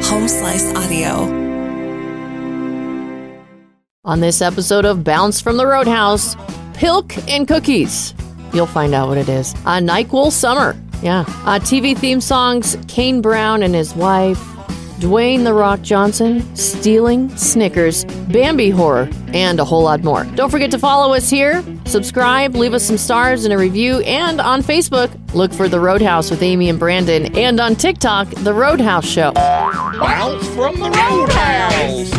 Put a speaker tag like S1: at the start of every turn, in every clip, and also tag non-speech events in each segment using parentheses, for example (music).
S1: Slice Audio.
S2: On this episode of Bounce from the Roadhouse, Pilk and Cookies. You'll find out what it is. A NyQuil Summer. Yeah. Uh, TV theme songs, Kane Brown and his wife, Dwayne The Rock Johnson, Stealing Snickers, Bambi Horror, and a whole lot more. Don't forget to follow us here, subscribe, leave us some stars and a review, and on Facebook, look for The Roadhouse with Amy and Brandon, and on TikTok, The Roadhouse Show.
S3: Bounce from the roadhouse.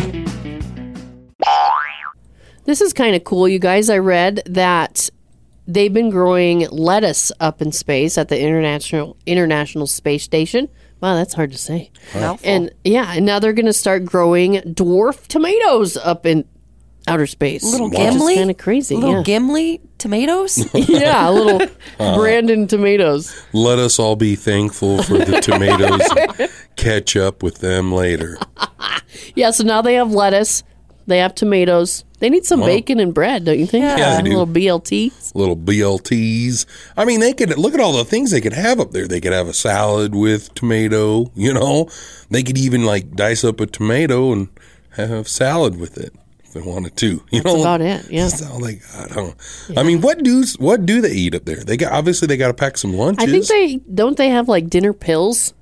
S2: This is kind of cool, you guys. I read that they've been growing lettuce up in space at the international International Space Station. Wow, that's hard to say. And yeah, and now they're going to start growing dwarf tomatoes up in outer space.
S4: Little
S2: which is
S4: Gimli?
S2: kind of crazy.
S4: Little
S2: yeah.
S4: Gimli tomatoes?
S2: (laughs) yeah,
S4: (laughs)
S2: little
S3: Uh,
S2: Brandon tomatoes.
S3: Let us all be thankful
S2: (laughs)
S3: for the tomatoes. and catch up with them later.
S2: Yeah, so now they have lettuce. They have tomatoes. They need some bacon and bread, don't you think?
S3: Yeah, they do.
S2: little BLT.
S3: Little BLTs. I mean, they could look at all the things they could have up there. They could have a salad with tomato. You know, they could even like dice up a tomato and have salad with it if they wanted to. You know,
S2: about it, yeah.
S3: That's all they got. Huh? I mean, what do what do they eat up there? They got obviously they got to pack some lunches.
S2: I think they don't they have like dinner pills.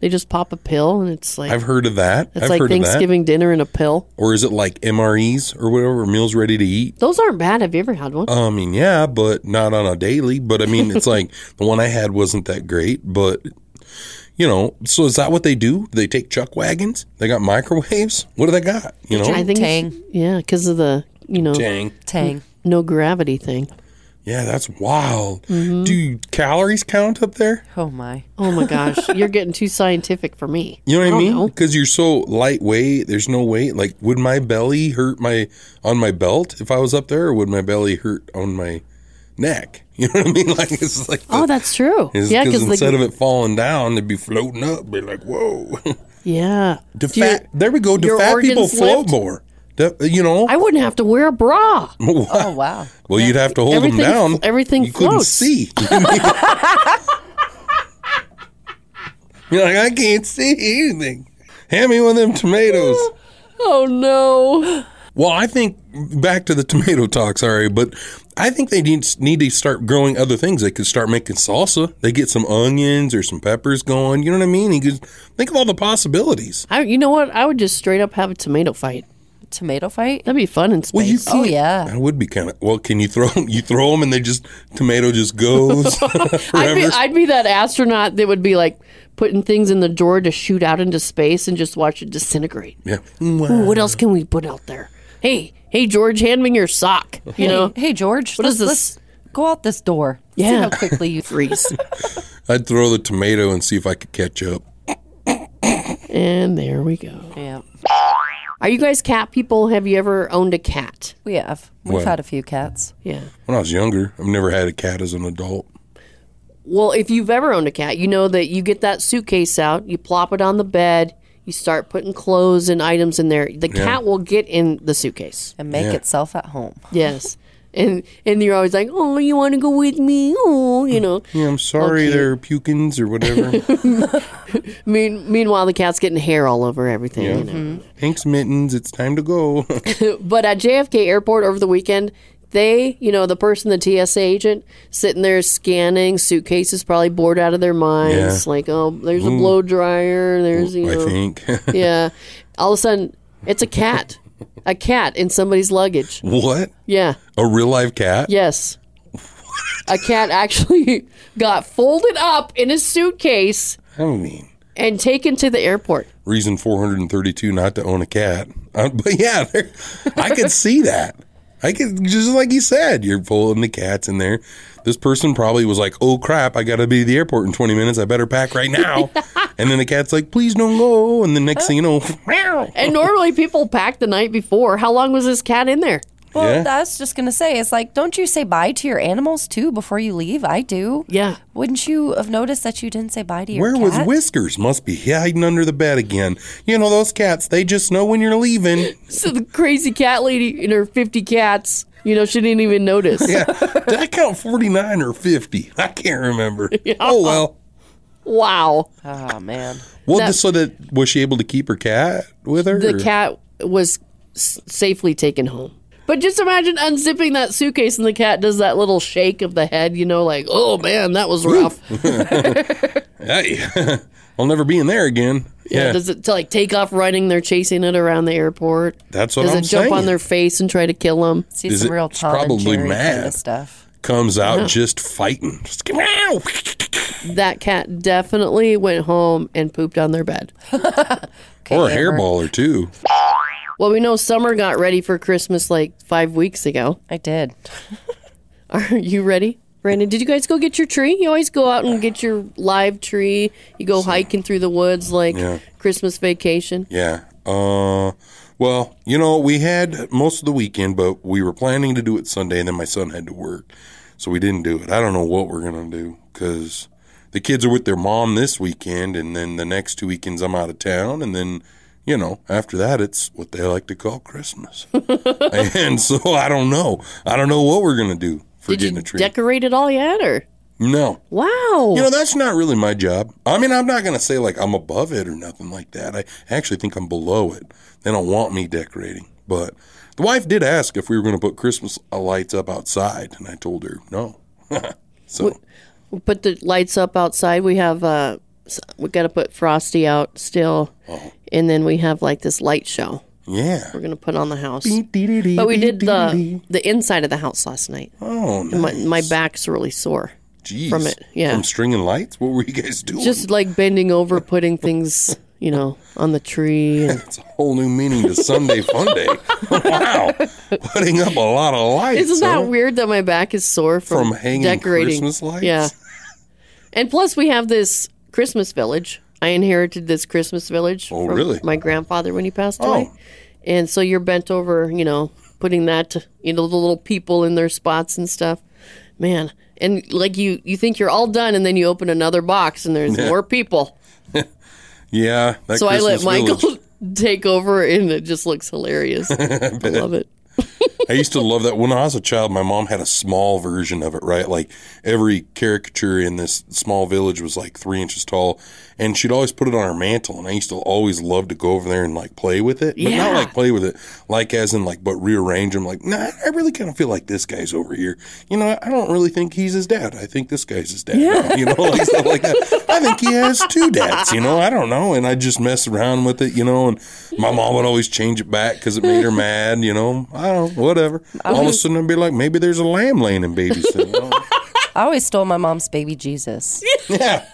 S2: They just pop a pill and it's like
S3: I've heard of that.
S2: It's
S3: I've
S2: like
S3: heard of that.
S2: Thanksgiving dinner and a pill.
S3: Or is it like MREs or whatever meals ready to eat?
S2: Those aren't bad. Have you ever had one?
S3: I mean, yeah, but not on a daily. But I mean,
S2: (laughs)
S3: it's like the one I had wasn't that great, but you know, so is that what they do? They take chuck wagons? They got microwaves? What do they got? You know?
S2: I think it's-
S4: Tang.
S2: yeah, because of the you know
S3: Dang.
S4: Tang.
S2: no gravity thing. Mm-hmm.
S3: Yeah, that's wild. Do calories count up there?
S4: Oh my.
S2: Oh
S3: (laughs)
S2: my gosh, you're getting too scientific for me.
S3: You know what I,
S2: don't
S3: mean? Because you're so lightweight, there's no weight. Like, would my belly hurt my on my belt if I was up there, or would my belly hurt on my neck? (laughs) You know what I mean? Like, it's like the-
S2: Oh, that's true.
S3: Is
S2: yeah,
S3: because
S2: because
S3: instead
S2: like,
S3: of it falling down, it'd be floating up. Be like, whoa. (laughs)
S2: yeah,
S3: Do
S2: Do you-
S3: fat, there we go. Do
S2: your
S3: fat people
S2: organs
S3: float
S2: lift?
S3: more? Do- you know?
S2: I wouldn't have to wear a bra.
S4: Oh wow.
S3: (laughs) well, you'd have to hold them
S2: Everything-
S3: down.
S2: everything
S3: You couldn't
S2: floats.
S3: see. You're like, I can't see anything. Hand me one of them
S2: (laughs)
S3: tomatoes.
S2: Oh no.
S3: Well, I think back to the tomato talk. Sorry, but I think they need need to start growing other things. They could start making salsa. They get some onions or some peppers going. You know what I mean? You could think of all the possibilities.
S2: I, you know what? I would just straight up have a tomato fight.
S4: Tomato fight?
S2: That'd be fun in space.
S3: Well, you
S4: Oh
S3: can't-
S4: yeah.
S3: That would be kind of well. Can you throw (laughs) you throw them and they just tomato
S2: (laughs)
S3: just goes (laughs)
S2: I'd be,
S3: forever?
S2: I'd be that astronaut that would be like putting things in the drawer to shoot out into space and just watch it disintegrate.
S3: yeah.
S2: Ooh, what else can we put out there? Hey, hey, George, hand me your sock. You know,
S4: Hey George,
S2: What is
S4: let's,
S2: this?
S4: let's go out this door. See
S2: Yeah.
S4: how quickly you
S2: freeze.
S3: I'd throw the tomato and see if I could catch up.
S2: (laughs) and there we go.
S4: Yeah.
S2: Are you guys cat people? Have you ever owned a cat?
S4: We have. We've
S3: Well.
S4: had a few cats.
S2: Yeah.
S3: When I was younger, I've never had a cat as an adult.
S2: Well, if you've ever owned a cat, you know that you get that suitcase out, you plop it on the bed, you start putting clothes and items in there. The cat will get in the suitcase.
S4: And (laughs) make
S3: Yeah.
S4: itself at home.
S2: Yes. And and you're always like, oh, you want to go with me? Oh, you know.
S3: Yeah, I'm
S2: Oh,
S3: sorry, they're pukins or whatever.
S2: Mean, meanwhile, the cat's getting hair (laughs) all over everything. You know?
S3: Thanks, mittens. It's time to go.
S2: But at JFK Airport over the weekend, they, you know, the person, the TSA agent, sitting there scanning suitcases, probably bored out of their minds.
S3: Yeah.
S2: Like, oh, there's a blow dryer. (laughs) There's, you
S3: I
S2: know,
S3: think. (laughs)
S2: yeah. All of a sudden, it's a cat, a cat in somebody's luggage.
S3: what?
S2: Yeah.
S3: A real live cat?
S2: Yes. A cat actually (laughs) got folded up in a suitcase
S3: I mean,
S2: and taken to the airport.
S3: reason 432 not to own a cat. Uh, (laughs) but yeah, there- I could see that. I could, just like you said, you're pulling the cats in there. This person probably was like, oh crap, I got to be at the airport in 20 minutes. I better pack
S2: (laughs)
S3: right now. And then the cat's like, please don't go. And the next thing you know, meow.
S2: And normally people pack the night before. How long was this cat in there?
S4: Well,
S3: Yeah.
S4: I was just gonna say, it's like, don't you say bye to your animals too before you leave? I do.
S2: Yeah.
S4: Wouldn't you have noticed that you didn't say bye to your
S3: Where
S4: cat?
S3: was Whiskers? Must be hiding under the bed again. You know, those cats, they just know when you're leaving.
S2: (laughs) So the crazy cat lady and her 50 cats, you know, she didn't even notice.
S3: Yeah. Did I count 49 or 50? I can't remember. Oh, well.
S2: Wow.
S4: Oh man.
S3: Well,
S2: That-
S3: just so that was she able to keep her cat with her?
S2: The
S3: or-
S2: cat was s- safely taken home. But just imagine unzipping that suitcase and the cat does that little shake of the head, you know, like, oh man, that was rough.
S3: (laughs) Hey, (laughs) I'll never be in there again. Yeah,
S2: Does it to like take off running? They're chasing it around the airport.
S3: That's what
S2: does
S3: I'm
S2: it jump on
S3: saying.
S2: their face and try to kill them?
S4: See
S3: Is
S4: some
S3: it-
S4: real
S3: it's
S4: Tom
S3: probably
S4: and Jerry kind
S3: mad.
S4: of stuff.
S3: comes out just fighting. Just get- meow.
S2: That cat definitely went home and pooped on their bed.
S3: or a
S4: Amber.
S3: hairball or two.
S2: Well, we know Summer got ready for Christmas like five weeks ago.
S4: I did.
S2: (laughs) Are you ready? Brandon, did you guys go get your tree? You always go out and get your live tree. You go hiking through the woods like
S3: Yeah.
S2: Christmas vacation.
S3: Yeah. Uh, well, you know, we had most of the weekend, but we were planning to do it Sunday, and then my son had to work, so we didn't do it. I don't know what we're gonna do because the kids are with their mom this weekend, and then the next two weekends I'm out of town, and then you know after that it's what they like to call
S2: (laughs)
S3: Christmas, and so I don't know. I don't know what we're gonna do for
S2: Did
S3: getting
S2: you
S3: a tree.
S2: decorate it all yet or?
S3: no.
S2: Wow.
S3: You know, that's not really my job. I mean, I'm not going to say like I'm above it or nothing like that. I actually think I'm below it. They don't want me decorating. But the wife did ask if we were going to put Christmas lights up outside, and I told her no. (laughs) so,
S2: we put the lights up outside. We have uh s- we got to put Frosty out still. And then we have like this light show
S3: Uh-huh. yeah.
S2: we're going to put on the house. But we did the the inside of the house last night.
S3: Oh,
S2: My,
S3: nice.
S2: my back's really sore.
S3: Jeez.
S2: from it, yeah.
S3: From stringing lights? What were you guys doing? (laughs)
S2: Just like bending over, putting things, you know, on the tree and
S3: it's a whole new meaning to Sunday
S2: (laughs)
S3: fun day. wow. Putting up a lot of lights.
S2: Isn't
S3: huh?
S2: that weird that my back is sore from,
S3: From hanging
S2: decorating
S3: Christmas lights?
S2: Yeah. And plus, we have this Christmas village. I inherited this Christmas village.
S3: Oh,
S2: from
S3: really? Oh.
S2: My grandfather when he passed away. And so you're bent over, you know, putting that, you know, the little people in their spots and stuff. Man, and like you, you think you're all done, and then you open another box, and there's more people.
S3: Yeah. (laughs) That
S2: So I let
S3: Christmas
S2: Michael
S3: village.
S2: (laughs) take over, and it just looks
S3: (laughs)
S2: hilarious. I love it.
S3: I used to love that when I was a child. My mom had a small version of it, right? Like every caricature in this small village was like three inches tall, and she'd always put it on her mantle. And I used to always love to go over there and like play with it, but
S2: Yeah.
S3: not like play with it, like as in like but rearrange them. Like, nah, I really kind of feel like this guy's over here. You know, I don't really think he's his dad. I think this guy's his dad. now," (laughs) you know, like stuff like that. I think he has two dads. You know, I don't know, and I just mess around with it. You know, and my mom would always change it back because it made her mad. You know, I don't, whatever. All of a sudden, I'd be like, maybe there's a lamb laying in baby's thing.
S2: (laughs)
S4: I always stole my mom's baby Jesus.
S3: yeah.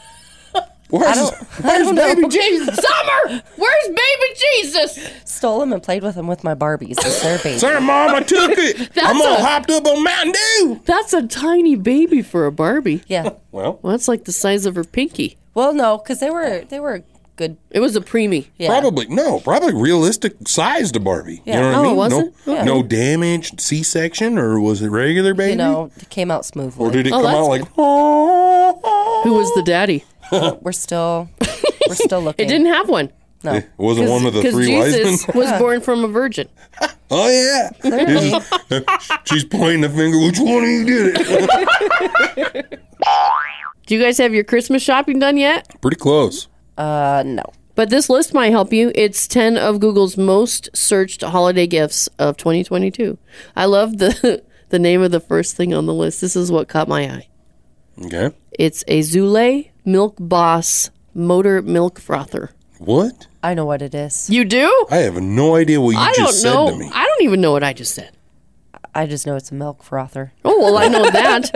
S3: Where's, where's
S4: don't know.
S3: baby Jesus?
S2: (laughs) Summer, where's baby Jesus?
S4: stole him and played with him with my Barbies. It's
S3: (laughs)
S4: their baby.
S3: Sorry, mom, I
S2: (laughs)
S3: took it. I'm all hopped up on Mountain Dew.
S2: That's a tiny baby for a Barbie.
S4: Yeah.
S3: (laughs) Well,
S2: Well, that's like the size of her pinky.
S4: Well, no, because they were they were good.
S2: It was a preemie.
S4: Yeah.
S3: Probably no, probably realistic size to Barbie. You know what
S2: Oh,
S3: I
S2: it
S3: mean?
S2: wasn't?
S3: No, no damage, C section, or was it regular baby?
S4: You know, it came out smoothly.
S3: or did it
S2: Oh,
S3: come
S2: that's
S3: out like? Oh,
S2: Who was the daddy?
S4: (laughs) we're still we're still looking.
S2: It didn't have one.
S4: No.
S3: was it one of the three wise
S2: Jesus
S3: men?
S4: (laughs)
S2: was born from a virgin.
S3: Oh yeah, (laughs) she's pointing the finger. Which one of you did it?
S2: Do you guys have your Christmas shopping done yet?
S3: (laughs) Pretty close.
S4: Uh, no.
S2: But this list might help you. It's 10 of Google's most searched holiday gifts of 2022. I love the (laughs) the name of the first thing on the list. This is what caught my eye.
S3: Okay.
S2: It's a Zule Milk Boss motor milk frother.
S3: What?
S4: I know what it is.
S2: You do?
S3: I have no idea what you
S2: I
S3: just
S2: don't
S3: said
S2: know.
S3: to me.
S2: I don't even know what I just said.
S4: I just know Oh, it's a milk frother.
S2: Oh well, I know
S4: (laughs)
S2: that.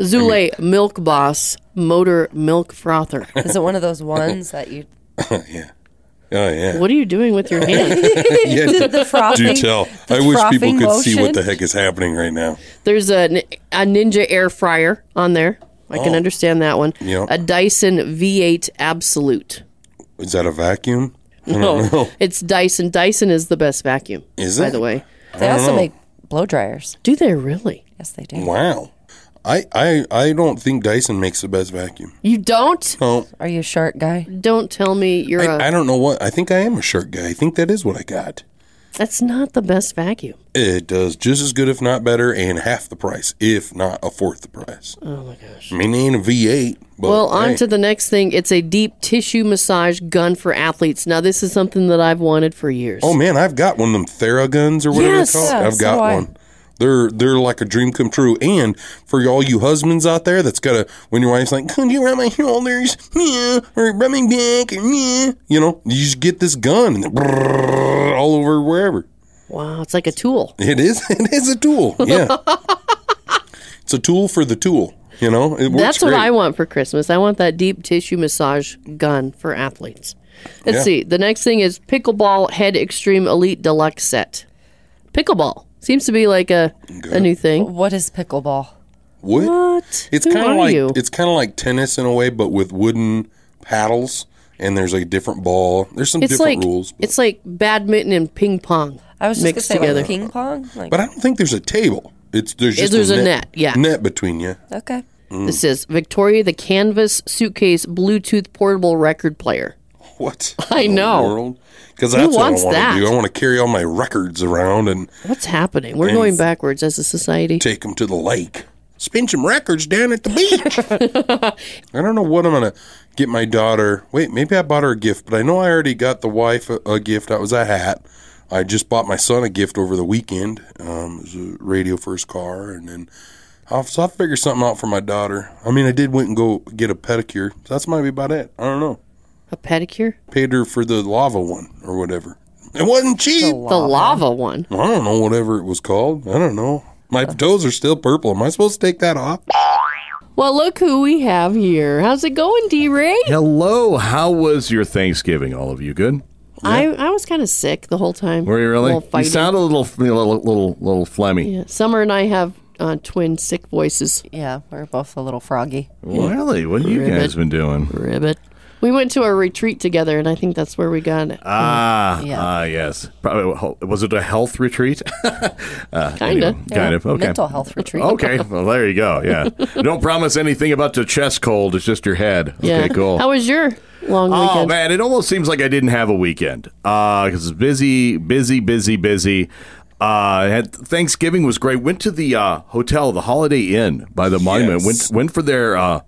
S2: Zule Milk Boss Motor Milk Frother.
S4: Is it one of those ones that you
S3: (laughs) yeah. Oh
S2: (laughs)
S3: yeah.
S2: What are you doing with your
S4: (laughs)
S2: hand? (laughs)
S3: (laughs) yeah.
S4: the frothing?
S3: Do tell. I wish people
S4: frothing
S3: could see what
S4: motion?
S3: the heck is happening right now.
S2: There's a, a Ninja air fryer on there. I can understand that one.
S3: Oh. Yeah.
S2: A Dyson V8 Absolute.
S3: Is that a vacuum?
S2: (laughs) No, Oh, it's Dyson. Dyson is the best vacuum.
S3: Is
S2: by
S3: it?
S2: the way.
S4: They also make blow dryers.
S2: Do they really?
S4: Yes, they do.
S3: Wow. I, I I don't think Dyson makes the best vacuum.
S2: You don't?
S3: No,
S4: Are you a shark guy?
S2: Don't tell me you're a
S3: I, I don't know what. I think I am a shirt guy. I think that is what I got.
S2: That's not the best vacuum.
S3: It does just as good, if not better, and half the price, if not a fourth the price.
S2: Oh my gosh.
S3: I mean, it ain't a V8. But
S2: Well, on
S3: hey,
S2: to the next thing. It's a deep tissue massage gun for athletes. Now, this is something that I've wanted for years.
S3: Oh man, I've got one of them Theraguns or whatever
S2: Yes.
S3: they're called.
S4: Yeah,
S3: I've
S4: so
S3: got
S4: do I.
S3: one. They're they're like a dream come true. And for all you husbands out there, that's gotta (laughs) when your wife's like, "Could you rub my shoulders?" Yeah, or rub my back, or, yeah. you know, you just get this gun and then brrrr, all over wherever.
S2: Wow, it's like a tool.
S3: It is (laughs) it is a tool.
S2: (laughs)
S3: Yeah, it's a tool for the tool. You know, it works
S2: That's what
S3: great.
S2: I want for Christmas. I want that deep tissue massage gun for athletes. Let's
S3: Yeah.
S2: see. The next thing is pickleball head extreme elite deluxe set. Pickleball seems to be like a a new thing.
S4: What is pickleball?
S3: What?
S2: What?
S3: It's
S2: Who
S3: kind
S2: are
S3: of like
S2: you?
S3: it's kind of like tennis in a way, but with wooden paddles. And there's a different ball. There's some
S2: It's
S3: different
S2: like
S3: rules. but-
S2: it's like badminton and ping pong.
S4: I was just
S2: mixed
S4: gonna say
S2: together.
S4: like ping pong. Like
S3: But I don't think there's a table. It's there's just
S2: there's a
S3: a,
S2: net, yeah.
S3: net between you. Mm.
S4: okay,
S2: This is Victoria the Canvas Suitcase Bluetooth Portable Record Player.
S3: What?
S2: I know.
S3: Because that's what I
S2: wants
S3: want
S2: that?
S3: to do. I want to carry all my records around and
S2: What's happening? We're going backwards as a society.
S3: take them to the lake. Spin some records down at the beach.
S2: (laughs)
S3: I don't know what I'm gonna get my daughter. Wait, maybe I bought her a gift, but I know I already got the wife a, a gift. That was a hat. I just bought my son a gift over the weekend. Um, it was a radio for his car, and then I'll, so I'll figure something out for my daughter. I mean, I did went and go get a pedicure. So that's might be about it. I don't know.
S2: A pedicure?
S3: Paid her for the lava one or whatever. It wasn't cheap.
S2: The lava one. Uh.
S3: I don't know whatever it was called. I don't know. My toes are still purple. Am I supposed to take that off?
S2: Well, look who we have here. How's it going, D Ray?
S1: (laughs) Hello, how was your Thanksgiving, all of you? Good?
S2: I, I was kind of sick the whole time.
S1: Were you
S2: A
S1: really?
S2: little
S1: You
S2: fighty.
S1: sound a little, little, little, little phlegmy.
S2: Yeah, Summer and I have uh, twin sick voices.
S4: yeah, we're both a little froggy.
S1: Really? What have you
S2: Ribbit.
S1: guys been doing?
S2: Ribbit. We went to a retreat together, and I think that's where we got it.
S1: Ah,
S4: Yeah.
S1: ah, yes. Probably. Was it a health retreat? (laughs) Uh,
S2: kind of.
S1: Anyway, kind of. Okay.
S4: Mental health retreat. (laughs)
S1: Okay. Well, there you go. Yeah.
S2: (laughs)
S1: Don't promise anything about the chest cold. It's just your head.
S2: Yeah.
S1: Okay. Cool.
S2: How was your long
S1: Oh
S2: weekend?
S1: man, it almost seems like I didn't have a weekend because it's busy, busy, busy, busy. Uh, had Thanksgiving was great. Went to the uh, hotel, the Holiday Inn by the monument. Went went for their uh,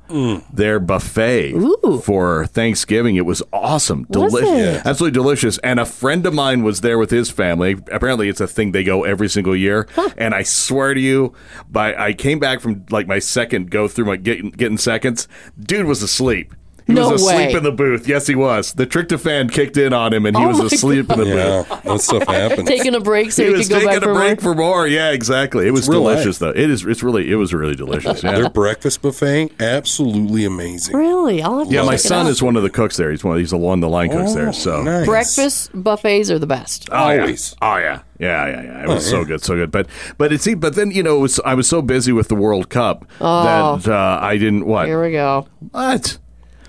S1: their buffet for Thanksgiving. It was awesome,
S2: Was
S1: delicious,
S2: it?
S1: absolutely delicious. And a friend of mine was there with his family. Apparently, it's a thing they go every single year. And I swear to you, by I came back from like my second go through my getting getting seconds. Dude was asleep. He
S2: No
S1: was asleep
S2: way.
S1: in the booth. Yes, he was. The tryptophan kicked in on him, and he
S2: Oh
S1: was
S2: my
S1: asleep in the booth.
S3: Yeah, that stuff happens.
S2: Taking a break so
S1: He
S2: we
S1: was
S2: could go
S1: taking
S2: back
S1: a
S2: for
S1: break
S2: more.
S1: for more. Yeah, exactly. It was
S3: real
S1: delicious, though. It is. It's really. It was really delicious. Yeah.
S3: Their breakfast buffet, absolutely amazing.
S2: Really? I'll have to
S1: Yeah, my
S2: check it
S1: son
S2: out.
S1: is one of the cooks there. He's one. Of, he's along the line cooks there. So
S3: Oh, nice.
S2: Breakfast buffets are the best.
S1: Oh, yeah.
S3: Always. Oh,
S1: Oh yeah. Yeah, yeah, yeah. It was so good, so good. But but it seemed. But then you know, it was, I was so busy with the World Cup that uh, I didn't.
S2: Oh. Here
S1: What?
S2: we go.
S1: What?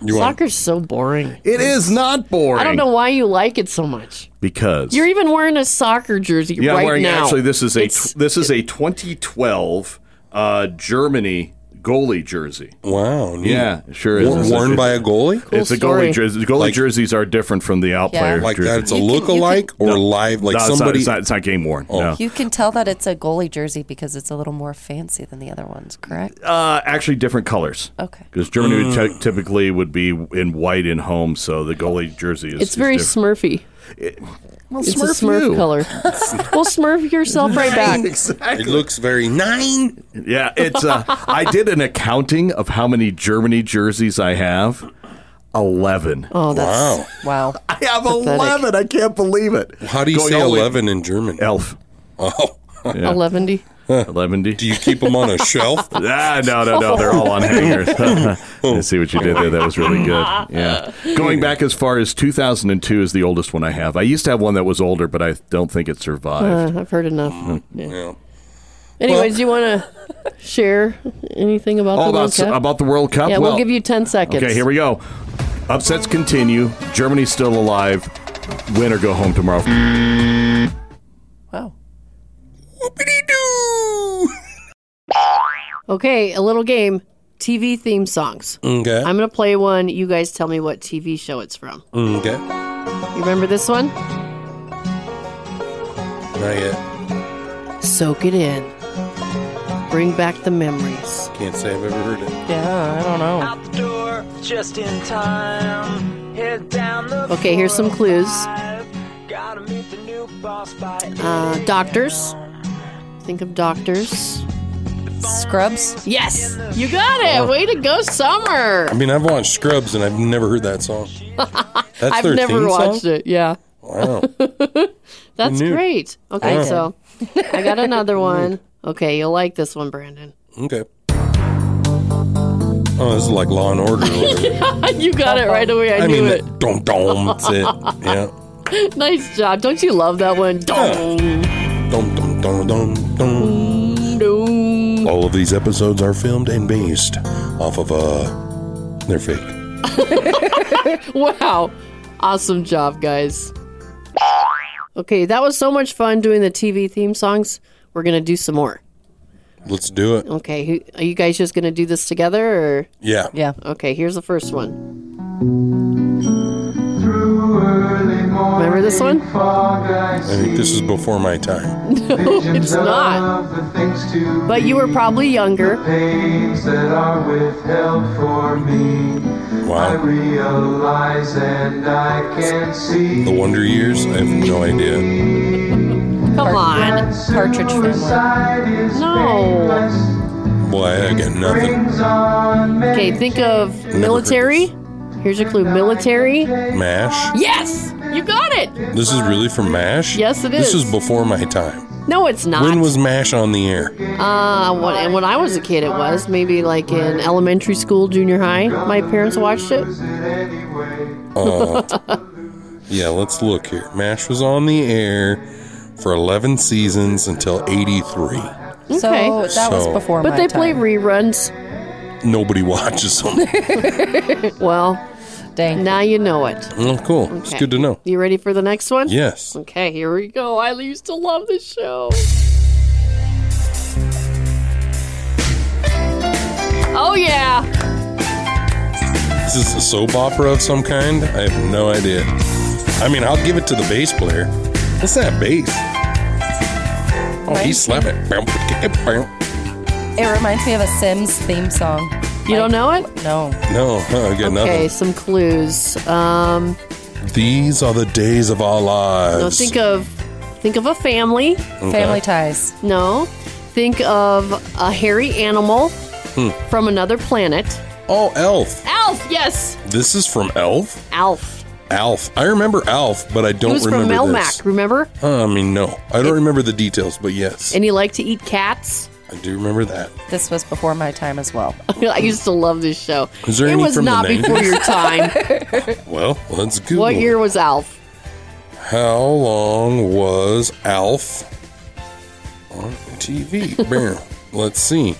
S3: You want
S2: Soccer's so boring.
S1: It is not boring.
S2: I don't know why you like it so much.
S1: because
S2: You're even wearing a soccer jersey
S1: Yeah,
S2: right
S1: I'm wearing
S2: now.
S1: actually this is a
S2: It's-
S1: tw- this is a 2012 uh, Germany goalie jersey.
S3: wow? neat.
S1: Yeah, it sure is.
S3: Worn,
S1: It's a-
S3: worn by a goalie?
S1: It's a
S2: story.
S1: goalie jersey. Goalie
S3: Like-
S1: jerseys are different from the out
S4: Yeah.
S1: player
S3: Like
S1: jersey.
S3: that? It's a
S4: You can- you can-
S3: look-alike or live? Like
S1: No, it's not-
S3: somebody? Oh.
S1: It's not, it's not game worn. no.
S4: You can tell that it's a goalie jersey because it's a little more fancy than the other ones, correct?
S1: Uh, actually, different colors.
S4: Okay.
S1: Because Germany would
S3: Mm.
S1: ty- typically would be in white in home, so the goalie jersey is.
S2: It's very
S1: is different.
S2: Smurfy.
S1: Well,
S2: It's a Smurf
S1: you.
S2: color. (laughs)
S3: (laughs)
S2: well, Smurf yourself right back.
S1: (laughs) Exactly.
S3: it looks very nine.
S1: Yeah, it's. Uh, I did an accounting of how many Germany jerseys I have. Eleven.
S2: Oh, that's
S3: Wow.
S4: Wow.
S1: I have eleven. I can't believe it.
S3: How do you
S1: Going
S3: say
S1: all the way-
S3: eleven in German?
S1: Elf.
S3: Oh,
S1: Yeah.
S2: 11 D.
S1: Eleven. D.
S3: do you keep them on a
S1: (laughs)
S3: shelf? Oh.
S1: Ah, no, no, no.
S3: (laughs)
S1: They're all on hangers.
S3: Mm,
S1: (laughs) I see what you did there. That was really good. Yeah. Going back as far as 2002 is the oldest one I have. I used to have one that was older, but I don't think it survived.
S2: Uh, I've heard enough.
S3: Yeah.
S2: Anyways, you want to share anything about
S1: Oh,
S2: the World
S1: about,
S2: Cup?
S1: about the World Cup?
S2: yeah, we'll,
S1: Well,
S2: give you 10 seconds.
S1: Okay, here we go. Upsets continue. Germany's still alive. Win or go home tomorrow.
S4: Wow.
S3: Whoopity doo.
S2: (laughs) okay, a little game. TV theme songs.
S3: Okay.
S2: I'm going to play one. You guys tell me what TV show it's from.
S3: okay.
S2: You remember this one?
S3: Not yet.
S2: Soak it in. Bring back the memories.
S3: Can't say I've ever heard it.
S2: Yeah, I don't know.
S5: Outdoor, just in time. Head down the
S2: Okay, here's some clues.
S5: 405. Gotta meet the new boss by
S2: Uh, doctors. Think of doctors.
S4: Scrubs.
S2: Yes, you got it. Way to go, Summer.
S3: I mean, I've watched Scrubs and I've never heard that song. That's
S2: I've
S3: their
S2: never
S3: theme
S2: watched
S3: song?
S2: it. Yeah, (laughs)
S3: Wow.
S2: that's
S3: knew?
S2: great. Okay,
S3: Yeah.
S2: so I got
S3: (laughs)
S2: another one. Okay, you'll like this one, Brandon. (laughs)
S3: Okay. Oh, this is like Law
S2: (laughs)
S3: and Order. or whatever.
S2: you got it right away. I,
S3: I
S2: knew
S3: mean,
S2: it.
S3: that- dum dum. That's it.
S2: (laughs)
S3: Yeah.
S2: nice job. Don't you love that one? Dong,
S3: Dum dum dum dum dum.
S2: dong.
S3: All of these episodes are filmed and based off of uh, they're fake.
S2: (laughs) Wow. Awesome job, guys. Okay, that was so much fun doing the TV theme songs. We're going to do some more.
S3: Let's do it.
S2: Okay, who, are you guys just going to do this together?
S3: Yeah.
S4: Yeah.
S2: Or? Okay, here's the first one. Remember this one? (laughs)
S3: I think this is before my time.
S2: It's not.
S6: the things to
S2: But you were probably younger.
S6: pains that are withheld for me. I
S3: Wow.
S6: realize and I can see
S3: The Wonder Years. I have no idea.
S2: Come on.
S4: Partridge family.
S2: No.
S3: Boy, I got nothing.
S2: Okay, think of military. Here's a clue military.
S3: Mash.
S2: Yes! You got it!
S3: This is really from Mash.
S2: Yes, it
S3: This
S2: is.
S3: is before my time.
S2: No, it's not.
S3: When was Mash on the
S2: (laughs)
S3: air?
S2: Uh, when, and when I was a kid, it was maybe like in elementary school, junior high. My parents watched it. (laughs)
S3: Uh, Yeah, let's look here. MASH was on the air for 11 seasons until 83.
S4: So that was
S3: So-
S4: before
S2: But
S4: my
S2: they
S4: time.
S2: play
S4: (laughs)
S2: reruns.
S3: Nobody (laughs) watches them.
S2: Well,
S4: Dang.
S2: now you know it.
S3: oh, cool. It's
S2: Okay.
S3: good to know.
S2: You ready for the next one?
S3: Yes.
S2: Okay, here we go. I used to love this show. Oh yeah,
S3: Is this a soap opera of some kind? I have no idea. I mean, I'll give it to the bass player. What's that bass? Oh, he's slapping.
S4: It reminds me of a Sims theme song.
S2: you don't know it?
S4: No.
S3: No, huh, I got
S2: Okay, some clues. Um,
S3: nothing. These are the days of our
S2: no,
S3: lives.
S2: think of think of a family.
S4: Family ties.
S2: No, think of a hairy animal from another planet.
S3: oh, Hmm. Elf.
S2: Alf, yes,
S3: This is from Elf?
S2: Alf.
S3: Alf. I remember Alf, but I
S2: He
S3: don't
S2: was from
S3: remember
S2: Melmac,
S3: this.
S2: remember?
S3: Uh, I mean, no. I don't remember the details, but yes.
S2: And he liked to eat cats.
S3: I do remember that.
S4: This was before my time as well.
S2: (laughs) I used to love this show.
S3: Is there
S2: it
S3: any
S2: was
S3: from the
S2: not before
S3: 90s?
S2: your time.
S3: (laughs) Well, let's Google.
S2: what year was Alf?
S3: How long was Alf on TV?
S2: (laughs)
S3: Bam. let's see.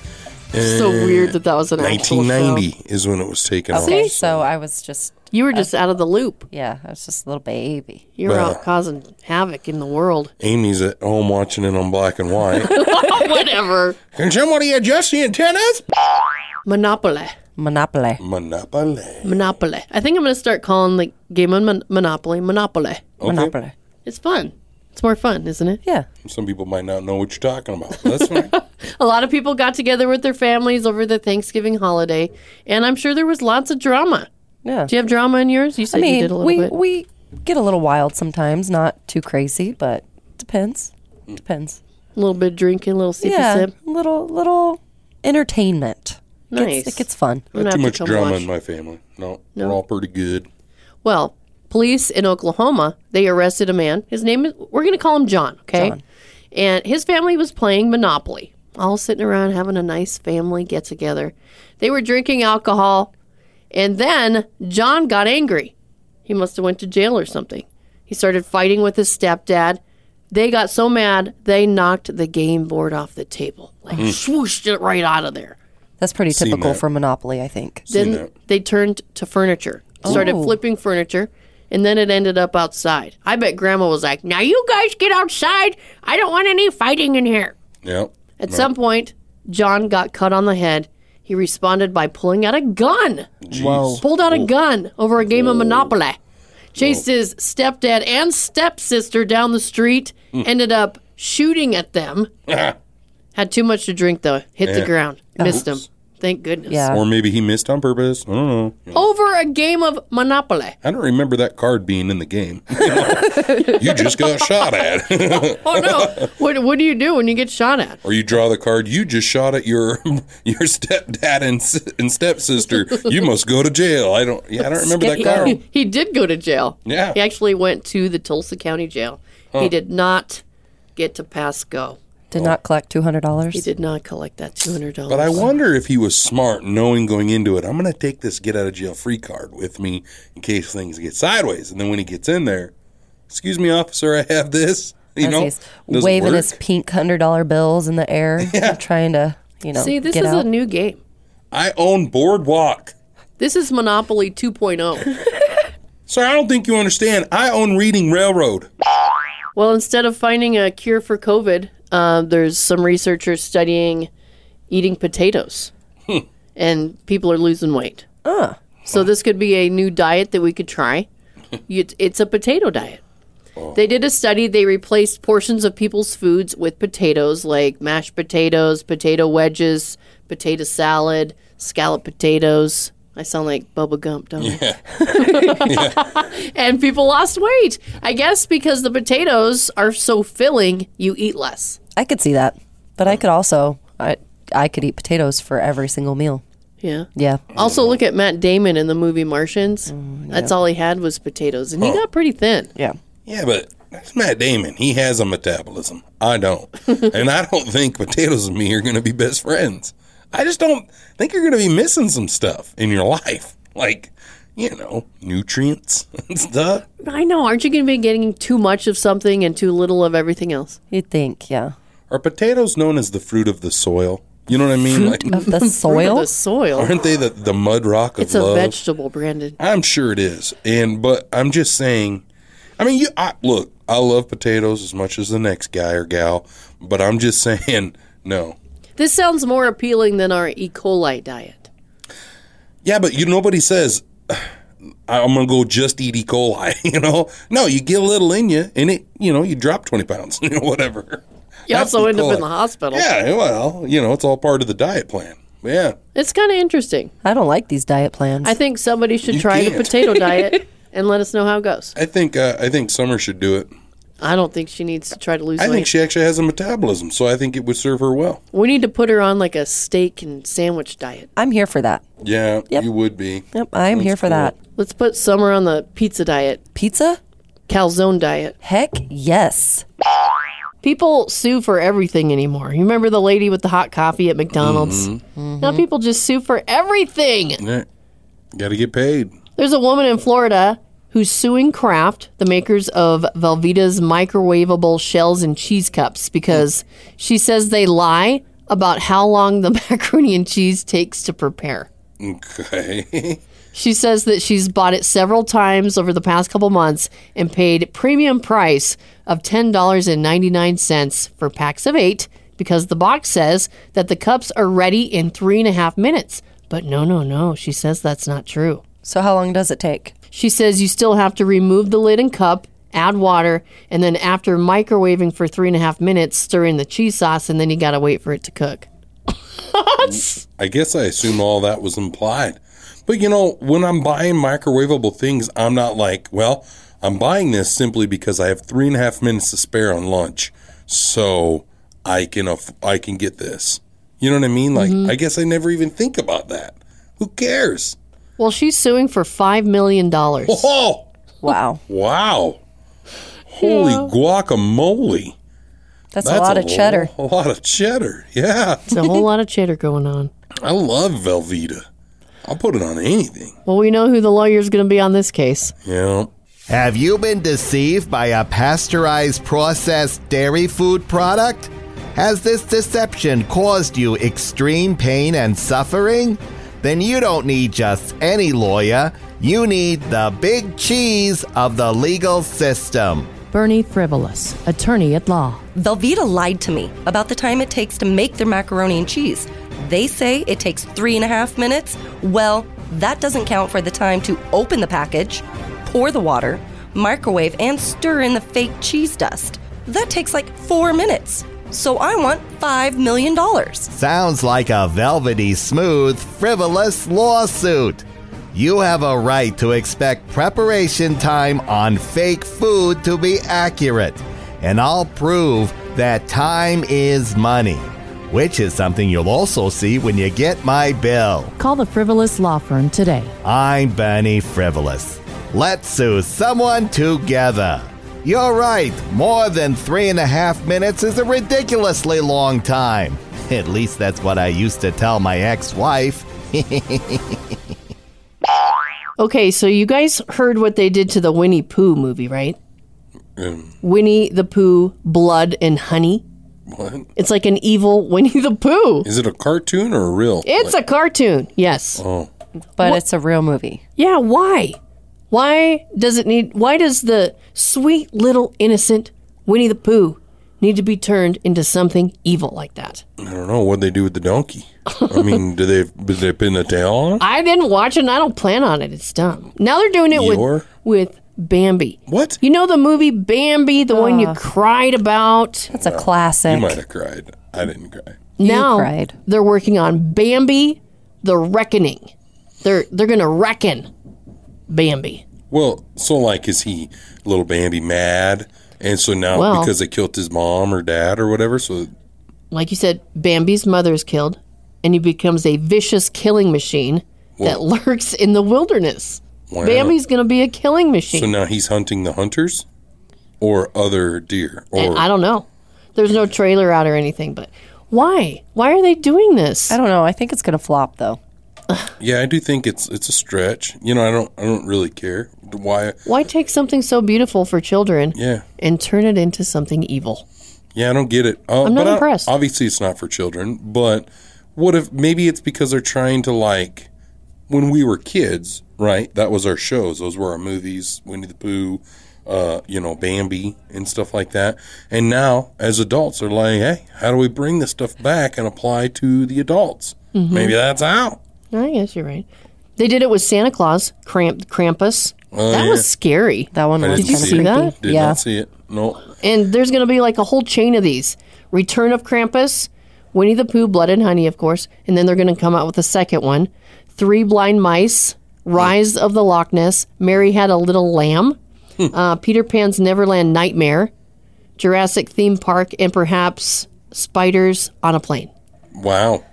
S2: so weird that that was an actual
S3: 1990
S2: show.
S3: is when it was taken off.
S4: Okay, so Oh, I was just,
S2: You were just out of the loop.
S4: yeah, I was just a little baby.
S2: You were
S3: Well.
S2: out causing havoc in the world. (laughs)
S3: Amy's at home watching it on black and white.
S2: Whatever.
S3: Can somebody adjust the antennas?
S2: Monopoly.
S4: Monopoly.
S3: Monopoly.
S2: Monopoly. I think I'm going to start calling the game of mon- Monopoly Monopoly.
S3: Okay.
S4: Monopoly.
S2: It's fun. It's more fun, isn't it?
S4: Yeah.
S3: Some people might not know what you're talking about.
S2: (laughs)
S3: That's fine.
S2: A lot of people got together with their families over the Thanksgiving holiday, and I'm sure there was lots of drama.
S4: Yeah.
S2: Do you have drama in yours? You said
S4: I
S2: you did a
S4: mean,
S2: little
S4: we,
S2: bit.
S4: we get a little wild sometimes, not too crazy, but depends. Depends.
S2: a little bit of drinking, a little sippy
S4: Yeah.
S2: sip.
S4: Little, little entertainment.
S2: Nice.
S4: It's, it gets fun.
S2: I'm gonna
S3: Too
S2: have to
S3: much
S2: come
S3: drama
S2: watch.
S3: in my family. No, we're all pretty good.
S2: Well, police in Oklahoma, they arrested a man. His name is, we're going to call him John, okay? And his family was playing Monopoly, all sitting around having a nice family get together. They were drinking alcohol, and then John got angry. He must have went to jail or something. He started fighting with his stepdad. They got so mad, they knocked the game board off the table. Like swooshed it right out of there.
S4: That's pretty typical
S3: Mm. that.
S4: for Monopoly, I think.
S2: Then
S3: that.
S2: they turned to furniture, started
S4: Oh.
S2: flipping furniture, and then it ended up outside. I bet Grandma was like, "Now you guys get outside. I don't want any fighting in here."
S3: Yep.
S2: At some point, John got cut on the head. He responded by pulling out a gun.
S3: Whoa.
S2: Pulled out a gun over a game
S3: Oh.
S2: of
S3: Hmm.
S2: Monopoly. Chased his stepdad and stepsister down the street. Ended up shooting at
S3: (laughs)
S2: them. Had too much to drink though. Hit the
S3: Yeah.
S2: ground. Missed him. Thank goodness.
S4: Yeah.
S3: Or maybe he missed on purpose. I don't know.
S2: Over a game of
S3: (laughs)
S2: Monopoly.
S3: I don't remember that card being in
S2: (laughs)
S3: the game. you just got shot at.
S2: Oh no. what what do you do when you get shot at?
S3: or you draw the card you just shot at your (laughs) your stepdad and, s- and stepsister. You must go to jail. I don't yeah, I don't remember that
S2: Yeah, (laughs)
S3: card.
S2: he, he did go to jail.
S3: Yeah.
S2: He actually went to the Tulsa County Jail. He did not get to pass go.
S4: Did not collect two hundred
S2: He
S4: dollars.
S2: did not collect that two hundred dollars.
S3: But I wonder if he was smart knowing going into it, I'm going to take this get out of jail free card with me in case things get sideways. And then when he gets in there, excuse me, officer, I have this. You know,
S4: he's
S3: doesn't
S4: waving his
S3: work.
S4: pink hundred dollar bills in the air,
S3: (laughs)
S4: trying to you know
S2: See, this
S4: get
S2: is
S4: out.
S2: a new game.
S3: I own Boardwalk.
S2: This is Monopoly oh. 2.0.
S3: Sir, I don't think you understand. I own Reading Railroad.
S2: well, instead of finding a cure for COVID, uh, there's some researchers studying eating potatoes, and people are losing weight. Uh. So this could be a new diet that we could try. It- It's a potato diet. They did a study. They replaced portions of people's foods with potatoes, like mashed potatoes, potato wedges, potato salad, scallop potatoes. I sound like Bubba Gump, don't I? and people lost weight. I guess because the potatoes are so filling, you eat less.
S4: I could see that, but I could also I I could eat potatoes for every single meal.
S2: Yeah.
S4: Yeah,
S2: Also, look at Matt Damon in the movie Martians. That's all he had was potatoes, and he got pretty thin.
S4: Mm, yeah.
S3: Yeah, but that's Matt Damon. He has a metabolism. I don't. and I don't think potatoes and me are going to be best friends. I just don't think you're going to be missing some stuff in your life. Like, you know, nutrients (laughs) and stuff.
S2: I know. Aren't you going to be getting too much of something and too little of everything else?
S4: You'd
S2: (laughs)
S4: think, yeah,
S3: Are potatoes known as the fruit of the soil? You know what I mean? Like,
S4: of the
S2: Of
S4: soil.
S2: The soil.
S3: (laughs) aren't they the, the mud rock of
S2: It's a
S3: love?
S2: vegetable, Brandon.
S3: I'm sure it is. And but I'm just saying. I mean, you I, look. I love potatoes as much as the next guy or gal, but I'm just (laughs) saying no.
S2: This sounds more appealing than our E. coli diet.
S3: Yeah, but you nobody says "I- I'm gonna go just eat E. coli. (laughs) You know, no, you get a little in you, and it you know you drop twenty pounds, (laughs) you know, whatever.
S2: You
S3: That's
S2: also
S3: E.
S2: end up in
S3: coli.
S2: the hospital.
S3: (laughs) Yeah, well, you know, it's all part of the diet plan. Yeah,
S2: It's kind of interesting.
S4: I don't like these diet plans.
S2: I think somebody should
S3: You
S2: try the
S3: can't. (laughs)
S2: potato diet and let us know how it goes.
S3: I think uh, I think Summer should do it.
S2: I don't think she needs to try to lose
S3: I
S2: weight.
S3: think she actually has a metabolism, so I think it would serve her well.
S2: We need to put her on like a steak and sandwich diet.
S4: I'm here for that.
S3: Yeah,
S4: Yep.
S3: you would be.
S4: Yep, I am here for
S3: cool.
S4: that.
S2: Let's put Summer on the pizza diet,
S4: Pizza?
S2: calzone diet.
S4: Heck yes.
S2: People sue for everything anymore. You remember the lady with the hot coffee at McDonald's?
S3: Mm-hmm.
S2: Now people just sue for everything.
S3: Yeah. Got to get paid. (laughs)
S2: There's a woman in Florida who's suing Kraft, the makers of Velveeta's microwavable shells and cheese cups, because she says they lie about how long the (laughs) macaroni and cheese takes to prepare.
S3: Okay.
S2: She says that she's bought it several times over the past couple months and paid premium price of $10.99 for packs of eight because the box says that the cups are ready in three and a half minutes. But no, no, no, she says that's not true.
S4: So how long does it take?
S2: She says you still have to remove the lid and cup, add water, and then after microwaving for three and a half minutes, stir in the cheese sauce, and then you gotta wait for it to cook.
S3: I guess I assume all that was implied. But you know, when I'm buying microwavable things, I'm not like, well, I'm buying this simply because I have three and a half minutes to spare on lunch, so I can aff- I can get this. You know what I mean? Like,
S4: Mm-hmm.
S3: I guess I never even think about that. Who cares?
S2: Well, she's suing for $5 million.
S4: (laughs)
S3: (laughs) Oh,
S4: Wow.
S3: wow! Holy guacamole!
S4: That's, a lot of cheddar.
S3: A lot of cheddar. Yeah,
S2: It's a whole lot of cheddar going on.
S3: I love Velveeta. I'll put it on anything.
S2: Well, we know who the lawyer's going to be on this case.
S3: Yeah.
S7: Have you been deceived by a pasteurized processed dairy food product? Has this deception caused you extreme pain and suffering? Then you don't need just any lawyer. You need the big cheese of the legal system.
S2: Bernie Frivolous, attorney at law.
S8: Velveeta lied to me about the time it takes to make their macaroni and cheese. They say it takes three and a half minutes. Well, that doesn't count for the time to open the package, pour the water, microwave, and stir in the fake cheese dust. That takes like four minutes. So I want $5 million.
S7: Sounds like a velvety, smooth, frivolous lawsuit. You have a right to expect preparation time on fake food to be accurate, and I'll prove that time is money, which is something you'll also see when you get my bill.
S9: Call the Frivolous Law Firm today.
S7: I'm Bernie Frivolous. Let's sue someone together. You're right, more than three and a half minutes is a ridiculously long time. At least that's what I used to tell my ex (laughs) wife.
S2: Okay, so you guys heard what they did to the Winnie Pooh movie, right?
S3: um,
S2: Winnie the Pooh, Blood and Honey.
S3: What?
S2: It's like an evil (laughs) Winnie the Pooh.
S3: Is it a cartoon or a real? oh,
S2: It's a cartoon, yes.
S4: But it's a real movie.
S2: Yeah, why? Why does it need, why does the sweet little innocent Winnie the Pooh need to be turned into something evil like that?
S3: I don't know. What'd they do with the donkey?
S2: (laughs)
S3: I mean, do they, did they pin the tail on it?
S2: I didn't watch it and I don't plan on it. It's dumb. Now they're doing it
S3: Eeyore?
S2: with, with Bambi.
S3: What?
S2: You know the movie Bambi, the one you cried about?
S4: That's a classic.
S3: You might have cried. I didn't cry.
S2: now
S4: cried.
S2: they're working on Bambi the Reckoning. They're they're gonna reckon Bambi.
S3: Well, so like, is he little Bambi mad? And so now
S2: Well-
S3: because they killed his mom or dad or whatever, so
S2: Like you said, Bambi's mother is killed and he becomes a vicious killing machine that (laughs) lurks in the wilderness.
S3: wow.
S2: Bambi's gonna be a killing machine.
S3: So now he's hunting the hunters or other deer
S2: and
S3: or
S2: I don't know. There's no trailer out or anything, but why? Why are they doing this?
S4: I don't know. I think it's going to flop, though.
S2: Eh.
S3: yeah, I do think it's it's a stretch. You know, I don't I don't really care why.
S2: Why take something so beautiful for children
S3: Yeah,
S2: and turn it into something evil?
S3: yeah, I don't get it. Uh,
S2: I'm not
S3: but I-
S2: impressed.
S3: obviously, it's not for children. But what if maybe it's because they're trying to like when we were kids, right? That was our shows. Those were our movies. Winnie the Pooh. Uh, you know, Bambi and stuff like that. And now, as adults, they're like, hey, how do we bring this stuff back and apply to the adults?
S2: Mm-hmm.
S3: Maybe that's out.
S2: I guess you're right. They did it with Santa Claus, Kramp- Krampus. that
S3: Oh, yeah.
S2: was scary.
S4: That one was
S3: didn't
S4: kind of
S3: see
S2: it.
S4: freaky.
S2: that?
S3: Did
S4: yeah.
S3: not see it. No.
S2: And there's going to be like a whole chain of these Return of Krampus, Winnie the Pooh, Blood and Honey, of course. And then they're going to come out with a second one Three Blind Mice, Rise of the Loch Ness, Mary Had a Little Lamb, uh, Peter Pan's Neverland Nightmare, Jurassic Theme Park, and perhaps Spiders on a Plane.
S3: Wow.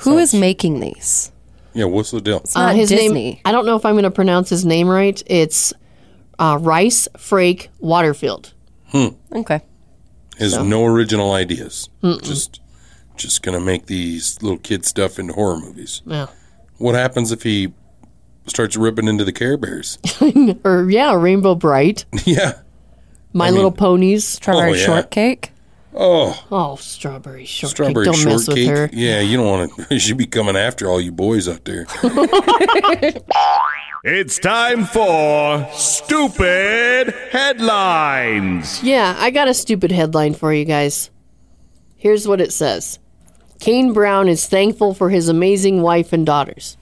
S4: Who is making these?
S3: Yeah, what's the deal?
S4: Not
S2: Uh, his
S4: Disney.
S2: name, I don't know if I'm going to pronounce his name right. It's uh, Rice Frake Waterfield.
S3: Hmm.
S4: Okay.
S3: Has no original ideas. Just just gonna make these little kid stuff into horror movies.
S2: Yeah.
S3: What happens if he starts ripping into the Care Bears?
S2: (laughs) Or, yeah, Rainbow Bright,
S3: (laughs) yeah.
S2: My Little Ponies.
S4: Strawberry
S3: Oh, yeah.
S4: shortcake.
S3: Oh,
S2: Oh, strawberry shortcake.
S3: strawberry
S2: Don't mess with her.
S3: shortcake. Yeah, (laughs) you don't want to. She'd be coming after all you boys
S2: (laughs)
S3: out there.
S1: It's time for stupid headlines.
S2: Yeah, I got a stupid headline for you guys. Here's what it says Kane Brown is thankful for his amazing wife and daughters.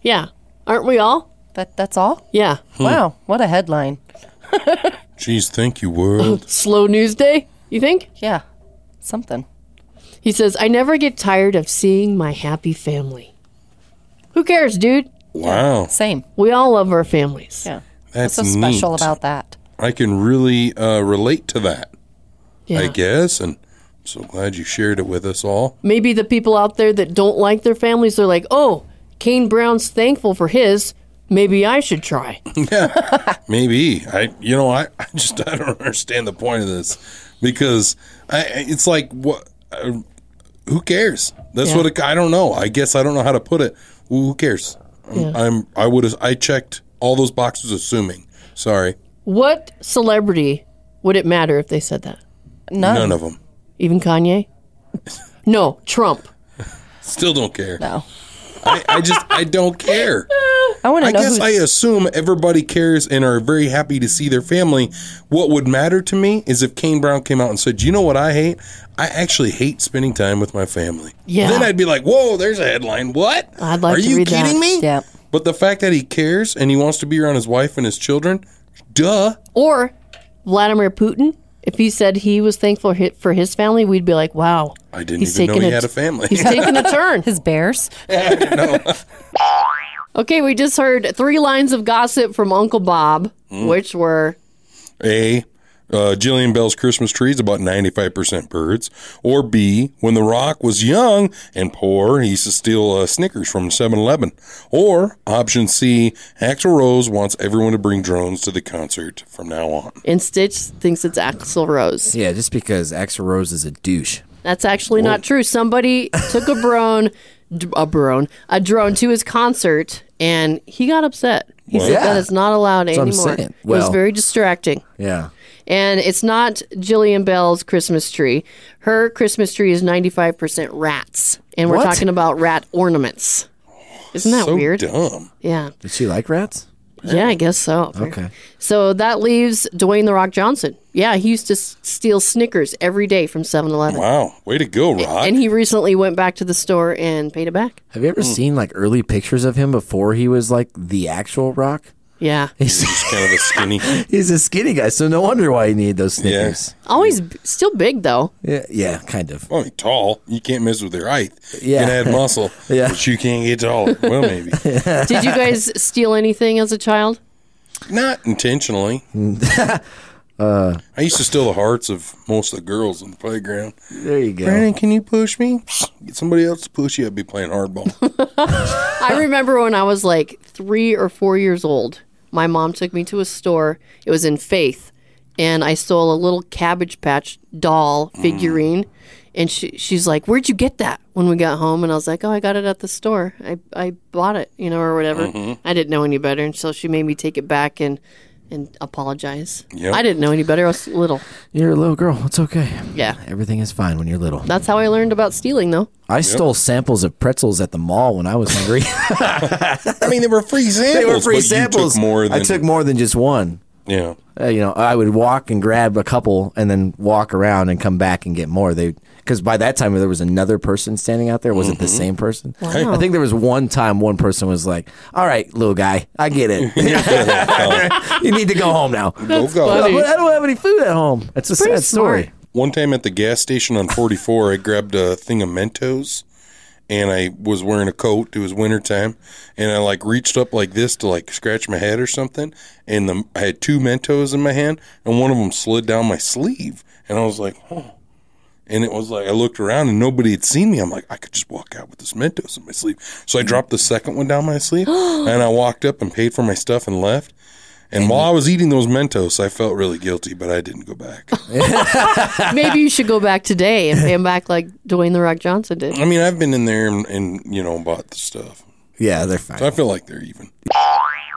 S2: Yeah, aren't we all?
S4: That, that's all?
S2: Yeah.
S3: Hmm.
S4: Wow. What a headline.
S3: Jeez, thank
S2: (laughs)
S3: you, world.
S2: Slow news day, you think?
S4: Yeah. Something.
S2: He says, I never get tired of seeing my happy family. Who cares, dude?
S3: Wow,
S4: Same.
S2: We all love our families.
S4: Yeah.
S3: that's
S4: What's so special
S3: neat.
S4: about that?
S3: I can really uh, relate to that, I
S2: Yeah.
S3: guess, and I'm so glad you shared it with us all.
S2: Maybe the people out there that don't like their families are like, oh, Kane Brown's thankful for his. Maybe I should
S3: (laughs)
S2: try.
S3: Maybe I, you know, I, I just I don't understand the point of this because I, I- it's like what, uh, who cares? That's what it, I don't know. I guess I don't know how to put it. Well, who cares? I'm, I'm I would have I checked all those boxes, assuming. Sorry,
S2: What celebrity would it matter if they said that?
S4: None.
S3: none of them.
S2: Even
S3: (laughs)
S2: Kanye? No, Trump.
S3: Still don't care.
S4: No.
S3: I, I just I
S4: (laughs)
S3: don't care.
S4: I want
S3: I
S4: to know
S3: guess
S4: who's
S3: I assume everybody cares and are very happy to see their family. What would matter to me is if Kane Brown came out and said, "You know what I hate? I actually hate spending time with my family."
S2: Yeah.
S3: Then I'd be like, "Whoa, there's a headline. What?
S2: I'd like
S3: Are
S2: to
S3: you
S2: read that.
S3: kidding me?"
S4: Yeah.
S3: But the fact that he cares and he wants to be around his wife and his children, duh.
S2: Or Vladimir Putin If he said he was thankful hi- for his family, we'd be like, wow.
S3: I didn't
S2: he's
S3: even know
S2: taking
S3: he
S2: a-
S3: had a family.
S2: He's taking
S3: (laughs)
S2: a turn.
S4: His bears.
S2: Okay, we just heard three lines of gossip from Uncle Bob,
S3: Hmm.
S2: which were
S3: A. Uh, Jillian Bell's Christmas tree is about 95% birds. Or B. When The Rock was young and poor, he used to steal uh, Snickers from 7 Eleven. Or option C. Axl Rose wants everyone to bring drones to the concert from now on.
S2: and Stitch thinks it's Axl Rose.
S10: Yeah, just because Axl Rose is a douche.
S2: That's actually
S3: Oh.
S2: not true. Somebody took a drone, a drone, a drone to his concert, and he got upset. He
S10: Well,
S2: said
S10: yeah.
S2: that it's not allowed
S10: That's what I'm
S2: anymore.
S10: saying.
S2: it was
S10: Well-
S2: very distracting.
S10: Yeah.
S2: And it's not Jillian Bell's Christmas tree. Her Christmas tree is 95% rats. And we're
S10: What?
S2: talking about rat ornaments. Isn't that
S10: So
S2: weird?
S3: dumb.
S2: Yeah.
S10: Did she like rats?
S2: Yeah, I guess so.
S10: Okay.
S2: So that leaves Dwayne The Rock Johnson. Yeah, he used to s- steal Snickers every day from 7 Eleven.
S3: Wow. Oh, Way to go, Rock.
S2: And he recently went back to the store and paid it back.
S10: Have you ever
S3: Hmm.
S10: seen like early pictures of him before he was like the actual rock?
S2: Yeah.
S10: He's
S3: kind of a skinny.
S10: (laughs) He's a skinny guy, so no wonder why he needed those Snickers.
S2: Always b- still big, though.
S10: Yeah, yeah, kind of.
S3: Well, I mean, tall. You can't mess with their height.
S10: Yeah.
S3: You can add muscle,
S10: (laughs) Yeah.
S3: but you can't get taller. Well,
S11: (laughs)
S3: maybe.
S10: (laughs)
S2: Did you guys steal anything as a child?
S3: Not intentionally.
S10: (laughs) Uh,
S3: I used to steal the hearts of most of the girls in the playground.
S10: there you go.
S3: Brandon, can you push me? Get somebody else to push you. I'd be playing hardball.
S2: I remember when I was like three or four years old, my mom took me to a store. It was in Faith, and I stole a little Cabbage Patch doll figurine. And she, she's like, Where'd you get that when we got home? And I was like, Oh, I got it at the store. I, I bought it, you know, or whatever.
S3: Mhm.
S2: I didn't know any better. And so she made me take it back and, and apologize.
S10: Yep.
S2: I didn't know any better. I was little.
S10: You're a little girl. It's okay.
S2: Yeah.
S10: Everything is fine when you're little.
S2: That's how I learned about stealing, though.
S10: I stole samples of pretzels at the mall when I was hungry. (laughs)
S3: (laughs) I mean, they were free samples.
S10: they were free
S3: but you took
S10: samples.
S3: more than
S10: I took more than just one.
S3: Yeah.
S10: Uh, you know, I would walk and grab a couple, and then walk around and come back and get more. They because by that time there was another person standing out there. Was it the
S3: Mm-hmm.
S10: same person?
S2: Wow.
S10: I think there was one time one person was like, "All right, little guy, I get
S3: (laughs)
S10: it. (laughs) you need to go home now.
S3: That's go. funny.
S10: But I don't have any food at home. It's a
S3: Pretty
S10: sad story.
S3: One time at the gas station on 44, I grabbed a thing of Mentos and I was wearing a coat. It was wintertime. And I like reached up like this to like scratch my head or something. And the, I had two Mentos in my hand and one of them slid down my sleeve. And I was like, oh. And it was like, I looked around and nobody had seen me. I'm like, I could just walk out with this Mentos in my sleeve. So I dropped the second one down my (gasps) sleeve and I walked up and paid for my stuff and left. And while I was eating those Mentos, I felt really guilty, but I didn't go back.
S2: (laughs) Maybe you should go back today and pay him back like Dwayne The Rock Johnson did.
S3: I mean, I've been in there and, and you know bought the stuff.
S10: Yeah, they're fine.
S3: So I feel like they're even.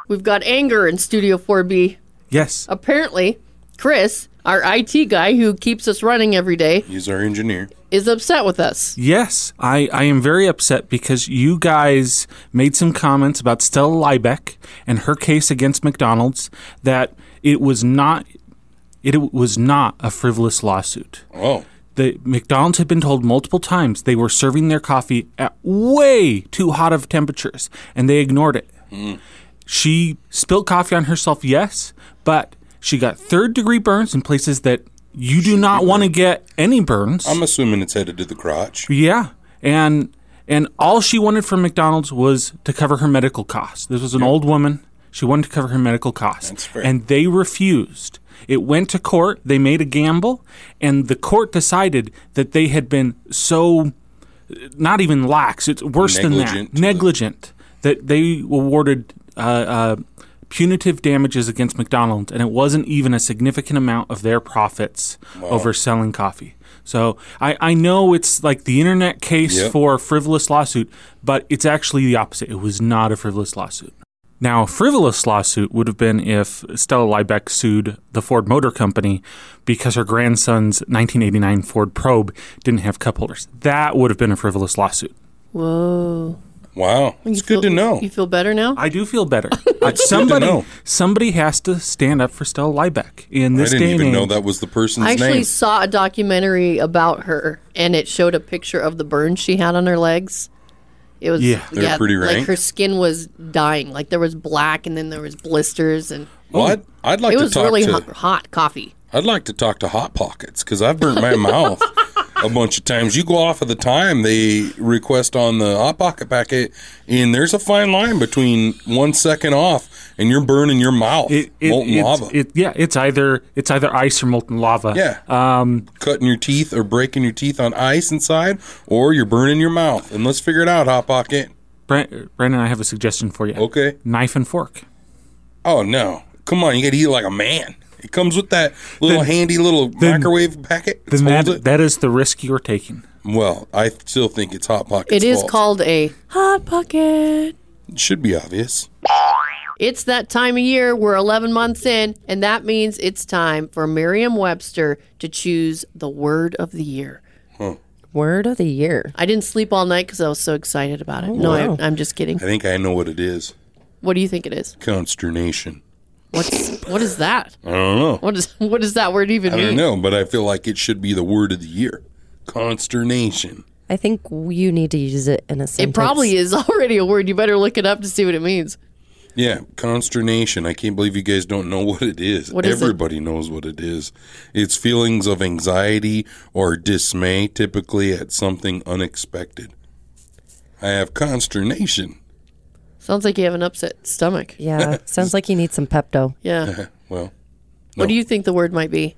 S2: We've got anger in Studio 4B.
S10: Yes.
S2: Apparently, Chris, our IT guy who keeps us running every day,
S3: He's our engineer.
S2: is upset with us.
S12: Yes, I, I am very upset because you guys made some comments about Stella Liebeck and her case against McDonald's that it was not it was not a frivolous lawsuit.
S3: Oh.
S12: The McDonald's had been told multiple times they were serving their coffee at way too hot of temperatures and they ignored it.
S3: Hmm.
S12: She spilled coffee on herself, yes, but she got third degree burns in places that you do not want to get any burns.
S3: I'm assuming it's headed to the crotch.
S12: Yeah, and and all she wanted from McDonald's was to cover her medical costs. This was an old woman. She wanted to cover her medical costs, and they refused. It went to court. They made a gamble, and the court decided that they had been so not even lax. It's worse than
S3: Negligent
S12: that. Negligent that they awarded uh, uh, punitive damages against McDonald's, and it wasn't even a significant amount of their profits
S13: Wow.
S12: over selling coffee. So I, I know it's like the internet case
S13: Yep.
S12: for frivolous lawsuit, but it's actually the opposite. It was not a frivolous lawsuit. Now, a frivolous lawsuit would have been if Stella Liebeck sued the Ford Motor Company because her grandson's 1989 Ford Probe didn't have cup holders. That would have been a frivolous lawsuit.
S2: Whoa.
S3: Wow.
S2: It's good to know. You feel better now?
S12: I do feel
S2: (laughs)
S12: better.
S3: good to
S12: somebody,
S3: know.
S12: somebody has to stand up for Stella Liebeck in
S3: I
S12: this
S3: didn't
S12: day
S3: even
S12: and
S3: know
S12: age.
S3: that was the person's
S2: I actually
S3: name.
S2: saw a documentary about her, and it showed a picture of the burns she had on her legs. It was
S3: Yeah. They're pretty
S2: Like
S3: rank.
S2: her skin was dying. Like there was black, and then there was blisters, and
S3: What? I'd like
S2: it
S3: to
S2: was
S3: talk
S2: really
S3: to-
S2: hot, hot coffee.
S3: I'd like to talk to Hot Pockets because I've burnt my mouth a bunch of times. You go off of the time they request on the Hot Pocket packet, and there's a fine line between one second off and you're burning your mouth.
S12: It-
S3: molten
S12: it's-
S3: lava.
S12: it- yeah, it's either it's either ice or molten lava.
S3: Yeah. Um, Cutting your teeth or breaking your teeth on ice inside, or you're burning your mouth. And let's figure it out, Hot Pocket.
S12: Brent, Brandon, I have a suggestion for you.
S3: Okay.
S12: Knife and fork.
S3: Oh, no. Come on. You got to eat like a man. It comes with that little
S12: Then-
S3: handy little
S12: then-
S3: microwave packet.
S12: Then that, that is the risk you're taking.
S3: Well, I still think it's Hot Pocket's
S2: It is
S3: fault.
S2: called a hot pocket.
S3: It should be obvious.
S2: It's that time of year. We're 11 months in, and that means it's time for Merriam Webster to choose the word of the year.
S4: Word of the year.
S2: I didn't sleep all night because I was so excited about it. no,
S3: wow.
S2: I, I'm just
S3: I
S2: kidding.
S3: think I know what it is.
S2: What do you think it is?
S3: Consternation.
S2: What's what is that? (laughs)
S3: I don't know.
S2: What is what does that word even
S3: I
S2: mean?
S3: don't know, but I feel like it should be the word of the year. Consternation.
S4: I think you need to use it in a sentence.
S2: It probably is (laughs) already a word. You better look it up to see what it means.
S3: Yeah, consternation. I can't believe you guys don't know what it is.
S2: What is it?
S3: Everybody knows what it is. It's feelings of anxiety or dismay, typically at something unexpected. I have consternation.
S2: Sounds like you have an upset stomach. (laughs)
S4: Yeah. Sounds like you need some Pepto. (laughs)
S2: Yeah. (laughs)
S3: well, (laughs)
S2: What do you think the word might be?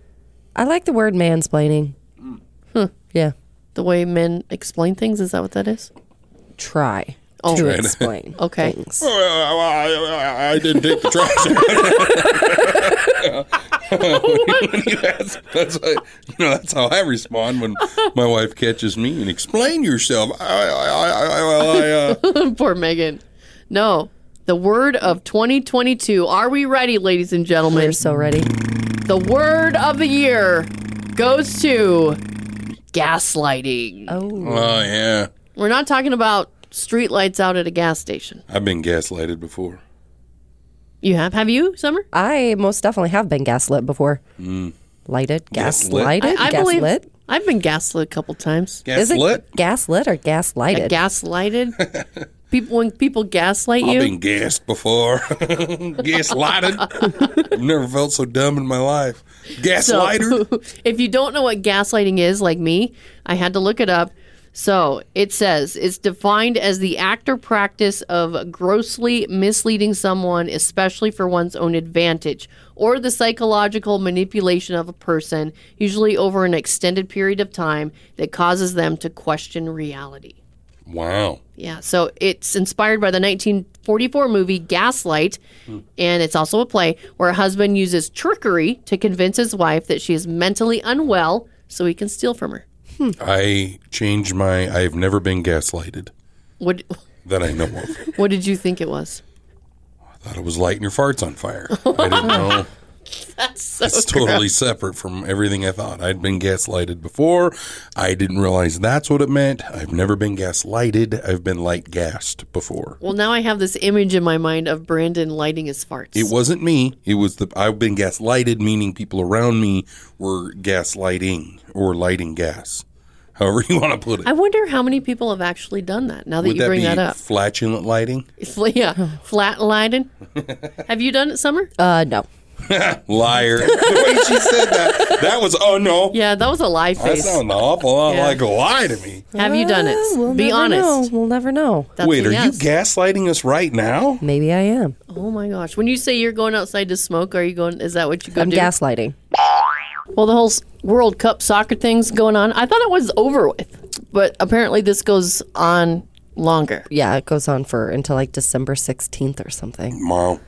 S4: I like the word mansplaining.
S3: Mm.
S2: Huh.
S4: Yeah.
S2: The way men explain things, is that what that is?
S4: Try
S2: Oh.
S4: to
S2: Try to-
S4: explain.
S2: (laughs) Okay.
S4: things.
S3: I, I didn't take the trash out. that's, that's how- you know, that's how I respond when my wife catches me and explain yourself. I, I, I, I, well, I,
S2: (laughs)
S3: uh,
S2: Poor Megan. No, the word of 2022. Are we ready, ladies and gentlemen? We're
S4: so ready.
S2: The word of the year goes to gaslighting.
S3: oh, yeah.
S2: We're not talking about streetlights out at a gas station.
S3: I've been gaslighted before.
S2: You have? Have you, Summer?
S4: I most definitely have been gaslit before.
S3: Mm.
S4: Lighted, gaslighted,
S3: Gaslit?
S2: I
S4: gaslit.
S2: believe I've been gaslit a couple times.
S4: Is it gaslit or gaslighted?
S2: Yeah, gaslighted.
S3: (laughs)
S2: people when people gaslight you.
S3: I've been gassed before. (laughs) Gaslighted. I've never felt so dumb in my life.
S2: So,
S3: Gaslighter.
S2: (laughs) if you don't know what gaslighting is, like me, I had to look it up. So it says it's defined as the act or practice of grossly misleading someone, especially for one's own advantage, or the psychological manipulation of a person, usually over an extended period of time, that causes them to question reality.
S3: wow.
S2: Yeah, so it's inspired by the 1944 movie Gaslight, and it's also a play where a husband uses trickery to convince his wife that she is mentally unwell so he can steal from her.
S3: I changed my. I've never been gaslighted
S2: What (laughs)
S3: that I know of.
S2: what did you think it was?
S3: I thought it was lighting your farts on fire. I
S2: (laughs)
S3: didn't know.
S2: That's so
S3: It's totally separate from everything I thought. I'd been gaslighted before. I didn't realize that's what it meant. I've never been gaslighted. I've been light gassed before.
S2: Well, now I have this image in my mind of Brandon lighting his farts.
S3: It wasn't me. It was the I've been gaslighted, meaning people around me were gaslighting or lighting gas, however you want to put it.
S2: I wonder how many people have actually done that now that
S3: Would
S2: you bring
S3: be
S2: that
S3: (laughs)
S2: up. (laughs)
S3: flatulent lighting? (laughs)
S2: Fl- yeah, flat lighting. have you done it, Summer?
S4: Uh, no.
S3: Liar! (laughs) the way she said that, that was oh no.
S2: (laughs) Yeah, that was a lie
S3: That
S2: face.
S3: sounds an awful lot
S2: Yeah.
S3: like a lie to me.
S2: Have you done it?
S4: We'll
S2: Be
S4: never
S2: honest.
S4: know. We'll never know.
S2: That's
S3: Wait,
S2: a
S3: are you
S2: yes.
S3: gaslighting us right now?
S4: Maybe I am.
S2: Oh my gosh! When you say you're going outside to smoke, are you going? Is that what you go
S4: I'm
S2: do?
S4: gaslighting.
S2: Well, the whole s- World Cup soccer thing's going on. I thought it was over with, but apparently this goes on longer.
S4: Yeah, it goes on for until like December 16th or something.
S3: Wow.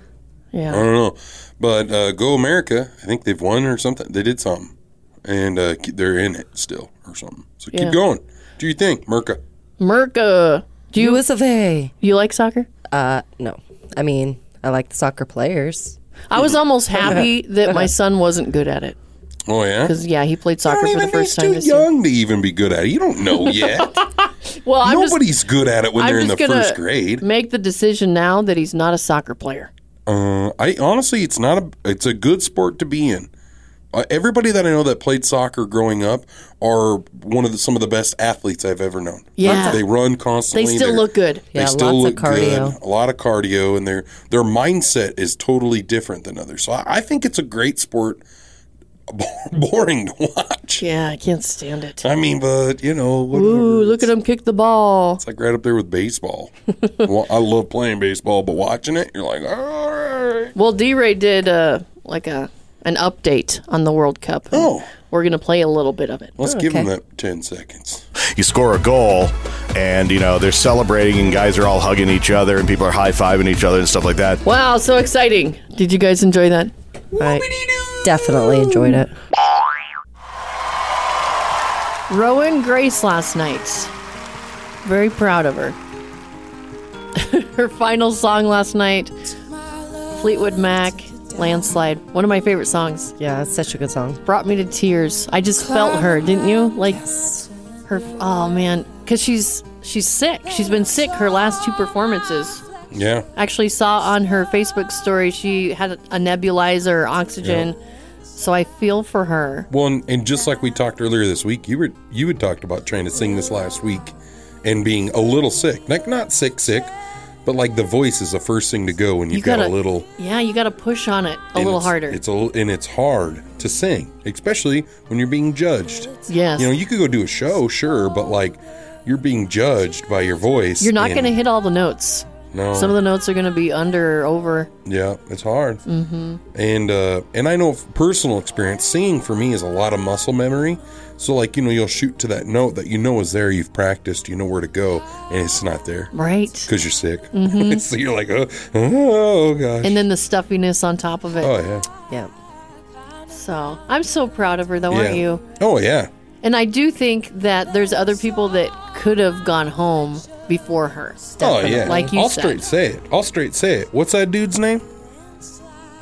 S3: I
S2: Yeah.
S3: don't know, but uh, Go America, I think they've won or something. They did something, and uh, ke- they're in it still or something. So
S2: Yeah.
S3: keep going. Do you think, Merca?
S2: Merca, do you
S4: US of A.
S2: you like soccer?
S4: Uh, no. I mean, I like the soccer players.
S2: I was almost
S4: (laughs)
S2: happy that my son wasn't good at it
S3: Oh yeah.
S2: because yeah, he played soccer
S3: don't
S2: for the
S3: even-
S2: first
S3: he's
S2: time
S3: too
S2: this year.
S3: young to even be good at it. You
S2: (laughs)
S3: don't know yet.
S2: Well, I'm just
S3: Nobody's good at it when
S2: I'm
S3: they're in the
S2: just gonna
S3: first grade.
S2: make the decision now that he's not a soccer player.
S3: Uh, I honestly, it's not a. It's a good sport to be in. Uh, everybody that I know that played soccer growing up are one of the, some of the best athletes I've ever known.
S2: Yeah.
S3: they run
S2: They
S3: constantly.
S2: still
S3: they're-
S2: look good.
S3: They
S4: Yeah,
S3: still
S4: lots
S3: look
S4: of cardio.
S3: good. A lot of cardio, and their their mindset is totally different than others. So I, I think it's a great sport (laughs) boring to watch.
S2: Yeah, I can't stand it.
S3: I mean, but you know, whatever.
S2: Ooh, look at him kick the ball.
S3: It's like right up there
S2: (laughs)
S3: with baseball. well, I love playing baseball, but watching it, you're like, "Ah." all right.
S2: Well, D-Ray did uh, like a an update on the World Cup. Oh, we're gonna play a little bit of it.
S3: Let's give him that 10 seconds.
S1: You score a goal, and you know they're celebrating, and guys are all hugging each other, and people are high fiving each other and stuff like that.
S2: Wow, so exciting! Did you guys enjoy that? I
S4: definitely enjoyed it.
S2: Rowan Grace last night. Very proud of her. (laughs) her final song last night, Fleetwood Mac, Landslide. One of my favorite songs.
S4: Yeah, it's such a good song.
S2: Brought me to tears. I just felt her, didn't you? Like her. Oh man, because she's she's sick. She's been sick her last two performances.
S3: Yeah.
S2: Actually, saw on her Facebook story she had a nebulizer, oxygen. So I feel for her.
S3: Well, and, and just like we talked earlier this week, you were you had talked about trying to sing this last week and being a little sick, like not sick sick, but like the voice is the first thing to go when you've got a little
S2: Yeah, you gotta push on it a
S3: and
S2: little
S3: it's-
S2: harder.
S3: It's a l- and it's hard to sing, especially when you're being judged.
S2: Yes.
S3: You know, you could go do a show, sure, but like you're being judged by your voice.
S2: You're not
S3: and-
S2: gonna hit all the notes.
S3: No.
S2: Some of the notes are gonna be under or over.
S3: Yeah, it's hard.
S2: Mm-hmm.
S3: And uh, and I know from personal experience, singing for me is a lot of muscle memory. So like you know, you'll shoot to that note that you know is there. You've practiced. You know where to go, and it's not there.
S2: Right.
S3: Because you're sick.
S2: Mhm.
S3: (laughs) so you're like, oh, oh gosh.
S2: And then the stuffiness on top of it.
S3: oh yeah.
S4: Yeah.
S2: So I'm so proud of her though,
S3: Yeah.
S2: aren't you?
S3: Oh yeah.
S2: And I do think that there's other people that could have gone home before her.
S3: Oh yeah.
S2: Like you
S3: I'll
S2: said.
S3: straight say it. I'll straight say it. What's that dude's name?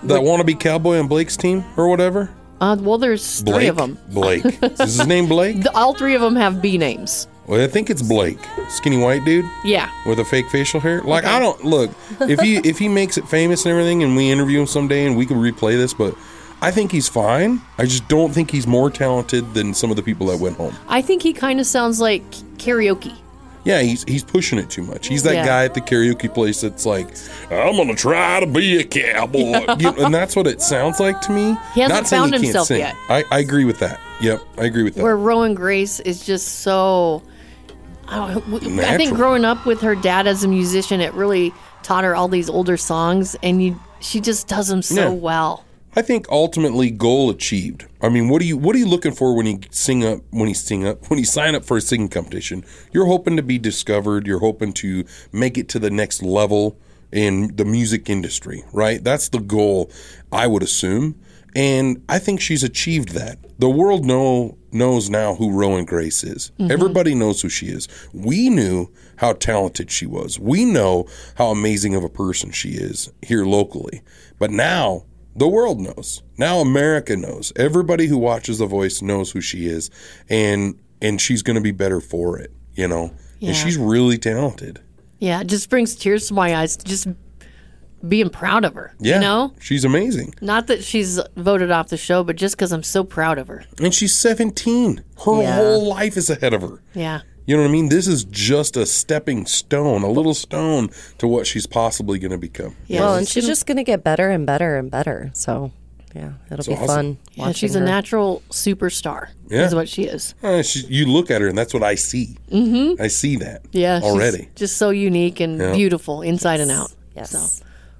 S3: That wannabe cowboy on Blake's team or whatever.
S2: Uh, well, there's
S3: Blake.
S2: three of them.
S3: Blake.
S2: (laughs)
S3: is his name Blake?
S2: The, all three of them have B names.
S3: Well, I think it's Blake. Skinny white dude.
S2: Yeah.
S3: with a fake facial hair. Like I don't look if he if he makes it famous and everything, and we interview him someday, and we can replay this, but. I think he's fine. I just don't think he's more talented than some of the people that went home.
S2: I think he kind of sounds like karaoke.
S3: Yeah, he's he's pushing it too much. He's that
S2: Yeah.
S3: guy at the karaoke place that's like, "I'm gonna try to be a cowboy," You know, and that's what it sounds like to me.
S2: He hasn't
S3: saying
S2: found himself yet.
S3: I, I agree with that. Yep, I agree with that.
S2: Where Rowan Grace is just so. I, don't, w- I think
S3: Natural.
S2: growing up with her dad as a musician, it really taught her all these older songs, and you, she just does them so
S3: Yeah.
S2: well.
S3: I think ultimately goal achieved. I mean, what do you what are you looking for when you sing up when you sing up when you sign up for a singing competition? You're hoping to be discovered. You're hoping to make it to the next level in the music industry, right? That's the goal, I would assume. And I think she's achieved that. The world know knows now who Rowan Grace is.
S13: Mhm.
S3: Everybody knows who she is. We knew how talented she was. We know how amazing of a person she is here locally. But now the world knows. Now America knows. Everybody who watches The Voice knows who she is, and and she's going to be better for it. You know,
S2: Yeah.
S3: and she's really talented.
S2: Yeah, it just brings tears to my eyes just being proud of her.
S3: Yeah,
S2: You know?
S3: she's amazing,
S2: Not that she's voted off the show, but just because I'm so proud of her.
S3: and she's seventeen. Her
S2: Yeah.
S3: whole life is ahead of her.
S2: Yeah.
S3: You know what I mean? This is just a stepping stone, a little stone to what she's possibly going to become.
S4: Well, and she's just gonna get better and better and better. So, yeah, it'll
S3: It's
S4: be
S3: awesome.
S4: fun.
S2: Yeah,
S4: watching
S2: she's a
S4: her.
S2: natural superstar,
S3: Yeah.
S2: is what she is.
S3: Eh, she, you look at her, and that's what I see.
S2: Mm hmm.
S3: I see that.
S2: Yeah. she's
S3: already.
S2: just so unique and
S3: Yeah.
S2: beautiful inside and out.
S4: Yes.
S2: So,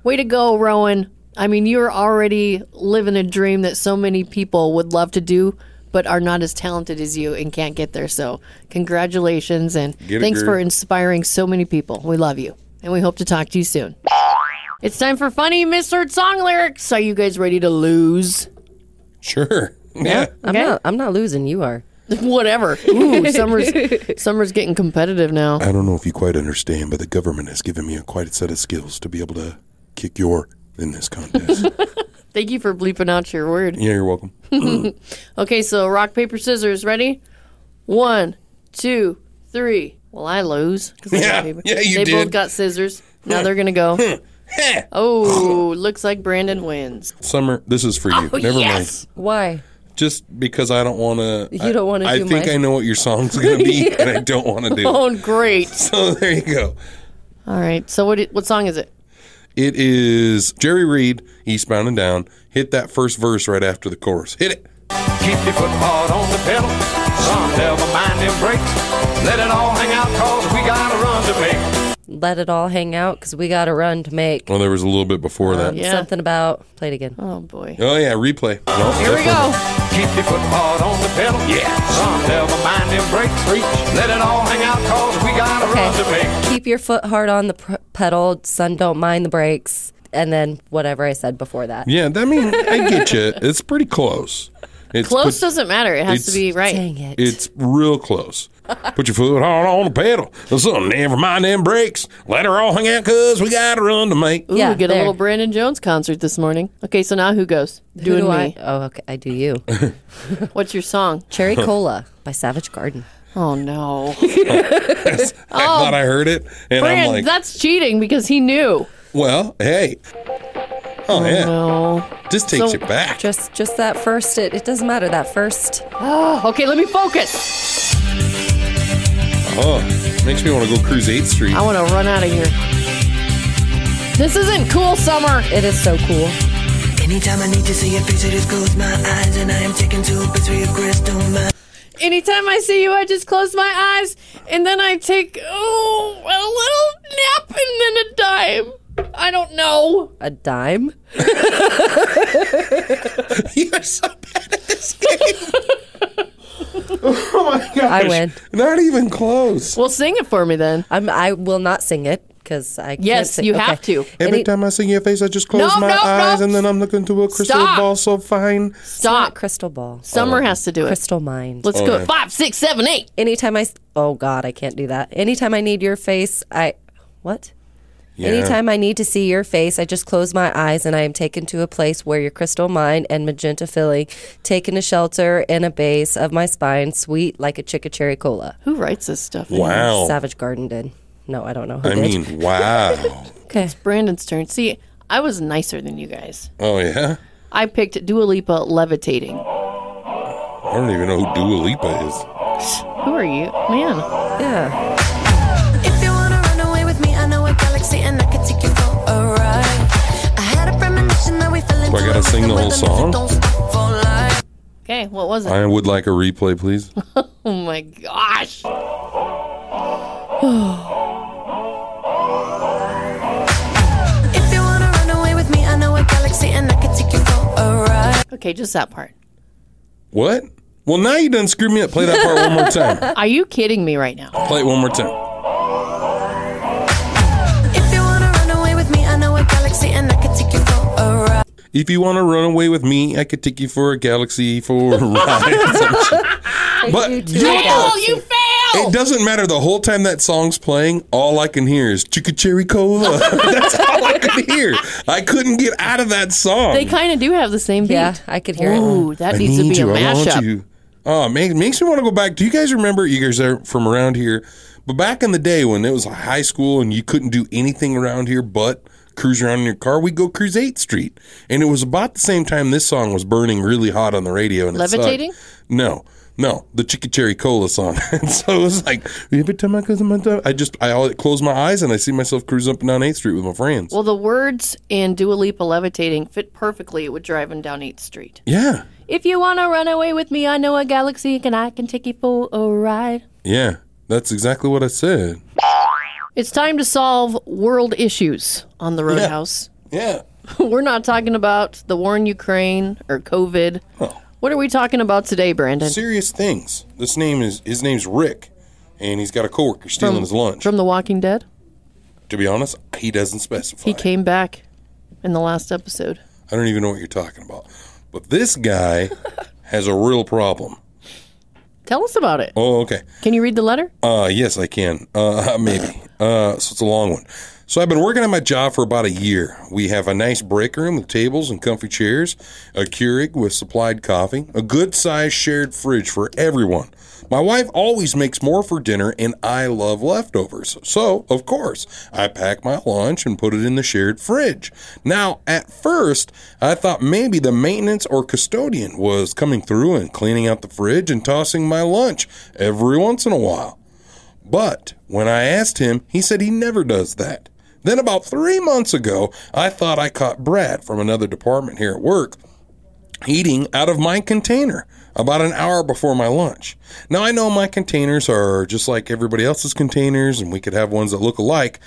S2: way to go, Rowan. I mean, you're already living a dream that so many people would love to do, but are not as talented as you and can't get there. So, congratulations and
S14: Get it,
S2: thanks
S14: girl.
S2: for inspiring so many people. We love you and we hope to talk to you soon. It's time for funny misheard song lyrics. Are you guys ready to lose? (laughs)
S3: Sure. (laughs)
S4: Yeah. I'm
S2: Okay.
S4: not. I'm not losing. You are.
S2: Whatever. Ooh,
S14: (laughs)
S2: summer's summer's getting competitive now.
S3: I don't know if you quite understand, but the government has given me a quite a set of skills to be able to kick your in
S2: (laughs)
S3: this contest.
S2: Thank you for bleeping out your word.
S3: yeah, you're welcome.
S2: (laughs) okay, so rock, paper, scissors. Ready? One, two, three. Well, I lose. 'cause I got
S14: Yeah,
S2: paper.
S14: yeah, you
S2: They both
S14: did.
S2: got
S3: (laughs)
S2: scissors. Now they're going to go. oh, looks like Brandon wins.
S3: Summer, this is for you.
S2: Oh,
S3: Never
S2: yes.
S3: mind.
S4: Why?
S3: Just because I don't want to.
S2: You don't wanna
S3: I
S2: do
S3: think
S2: mine?
S3: I know what your song's going
S2: (laughs)
S3: to be,
S2: Yeah.
S3: and I don't want to do. it.
S2: Oh, great.
S3: (laughs) So there you go.
S2: All right. So what? What song is it?
S3: It is Jerry Reed, Eastbound and Down. Hit that first verse right after the chorus. Hit it.
S13: Keep your foot hard on the pedal. Some never mind them brakes. Let it all hang out, cause we got a run to make.
S4: Let it all hang out because we got a run to make.
S3: Well, Oh, there was a little bit before
S2: Uh,
S3: that.
S4: Something about play it again. Oh boy.
S3: Oh yeah, replay. No,
S4: go.
S13: Keep your foot hard on the pedal. Yeah. Some never mind them brakes. Let it all hang out, cause we got a run to make.
S4: Keep your foot hard on the pr- pedal. Son, don't mind the brakes. And then whatever I said before that.
S3: Yeah, that mean I
S2: (laughs)
S3: get you. It's pretty close. It's
S2: Close
S3: put-
S2: doesn't matter. It has to
S3: it's-
S2: be right.
S3: It's real close. Put your foot hard on the pedal. Listen, never mind them brakes. Let her all hang out, cause we got a run to make.
S2: Ooh, get a little Brandon Jones concert this morning. Okay, so now who goes?
S4: Who
S2: and
S4: do
S2: me.
S4: I? Oh, okay. I do
S3: (laughs)
S4: you.
S2: What's your song?
S4: Cherry Cola by Savage Garden.
S2: Oh no.
S3: I
S2: Oh,
S3: thought I heard it, and
S2: Brand,
S3: I'm like,
S2: that's cheating because he knew.
S3: well, hey. Oh, yeah. This takes
S4: So-
S3: it back.
S4: Just just that first. It, it doesn't matter. That first.
S2: Oh, okay, let me focus.
S3: Oh, makes me want to go cruise 8th Street.
S2: I want to run out of here. This isn't cool summer.
S4: It is so cool.
S14: Anytime I need to see your face, I just close my eyes and I am taken to a place where your crystal mind.
S2: Anytime I see you, I just close my eyes and then I take oh a little nap and then a dime. I don't know.
S4: A dime?
S3: (laughs) You're so bad at
S14: (laughs)
S3: this game.
S2: oh
S3: my gosh.
S4: I win.
S3: Not even close.
S2: Well, sing it for me then.
S4: I'm, I will not sing it because I. can't
S2: Yes,
S4: sing.
S2: you
S4: Okay.
S2: have to.
S3: Every
S4: Any-
S3: time I see your face, I just close
S2: No,
S3: my
S2: no, no.
S3: eyes, and then I'm looking to a crystal
S2: Stop.
S3: ball so fine.
S2: Stop.
S4: Crystal ball.
S3: Oh.
S2: Summer has to do it.
S4: Crystal mind.
S2: Let's go. Five, six, seven, eight.
S4: Anytime I. s- Oh God, I can't do that. Anytime I need your face, I. What?
S2: Yeah.
S4: Anytime I need to see your face, I just close my eyes and I am taken to a place where your crystal mind and magenta filling taken to shelter in a base of my spine, sweet like a chickacheri cola.
S2: Who writes this stuff?
S3: Wow.
S4: Savage Garden did. No, I don't know who
S3: I
S4: did.
S3: mean, wow.
S4: Okay.
S2: It's Brandon's turn. See, I was nicer than you guys.
S3: Oh, yeah?
S2: I picked Dua Lipa levitating.
S3: I don't even know who Dua Lipa is.
S2: Who are you? Man.
S4: Yeah.
S14: If you wanna run away with me, I know a galaxy and I could take you for a ride. I had a premonition that we fell
S3: Do
S14: into
S3: I gotta sing the whole song?
S14: for life.
S2: Okay, what was it?
S3: I would like a replay, please.
S2: (laughs) oh my gosh.
S14: If you wanna run away with me, I know a galaxy and I could take you for a ride.
S2: Okay, just that part.
S3: What? Well, now you done screwed me up. Play that part one more
S2: (laughs)
S3: time.
S2: Are you kidding me right now?
S3: Play it one more time.
S14: If you wanna run away with me, I know a galaxy and I could take you for a ride.
S3: If you want to run away with me, I could take you for a galaxy for a ride. Ah! but you know what though?
S2: you
S3: It doesn't matter. The whole time that song's playing, all I can hear is Chica Cherry Cola. (laughs) That's all I could hear. I couldn't get out of that song.
S2: They kind of do have the same beat.
S4: Yeah, I could hear it.
S2: Ooh, that
S3: I
S2: needs to
S3: need
S2: be
S3: you.
S2: a
S3: I want
S2: mashup.
S3: you. Oh, makes makes me want to go back. Do you guys remember? You guys are from around here, but back in the day when it was high school and you couldn't do anything around here but cruise around in your car, we'd go cruise Eighth Street, and it was about the same time this song was burning really hot on the radio. And it sucked.
S2: Levitating?
S3: No. No, the Chicky Cherry Cola song. (laughs) And so it was like every time I close my door, I just I always close my eyes and I see myself cruising up and down Eighth Street with my friends.
S2: Well, the words in Dua Lipa levitating fit perfectly with driving down 8th Street.
S3: Yeah,
S2: If you want to run away with me, I know a galaxy and I can take you for a ride.
S3: yeah, that's exactly what I said.
S2: It's time to solve world issues on the Roadhouse.
S3: Yeah.
S2: (laughs) We're not talking about the war in Ukraine or COVID. What are we talking about today, Brandon?
S3: serious things. This name is his name's Rick, and he's got a coworker stealing his lunch.
S2: From The Walking Dead?
S3: To be honest, he doesn't specify.
S2: He came back in the last episode.
S3: I don't even know what you're talking about. But this guy has a real problem.
S2: Tell us about it.
S3: Oh, okay.
S2: Can you read the letter?
S3: Uh, yes, I can. Uh, (laughs) maybe. Uh, so it's a long one. So I've been working at my job for about a year. We have a nice break room with tables and comfy chairs, a Keurig with supplied coffee, a good sized shared fridge for everyone. My wife always makes more for dinner, and I love leftovers. So, of course, I pack my lunch and put it in the shared fridge. Now, at first, I thought maybe the maintenance or custodian was coming through and cleaning out the fridge and tossing my lunch every once in a while. But when I asked him, he said he never does that. Then, about three months ago, I thought I caught Brad from another department here at work eating out of my container about an hour before my lunch. Now, I know my containers are just like everybody else's containers, and we could have ones that look alike,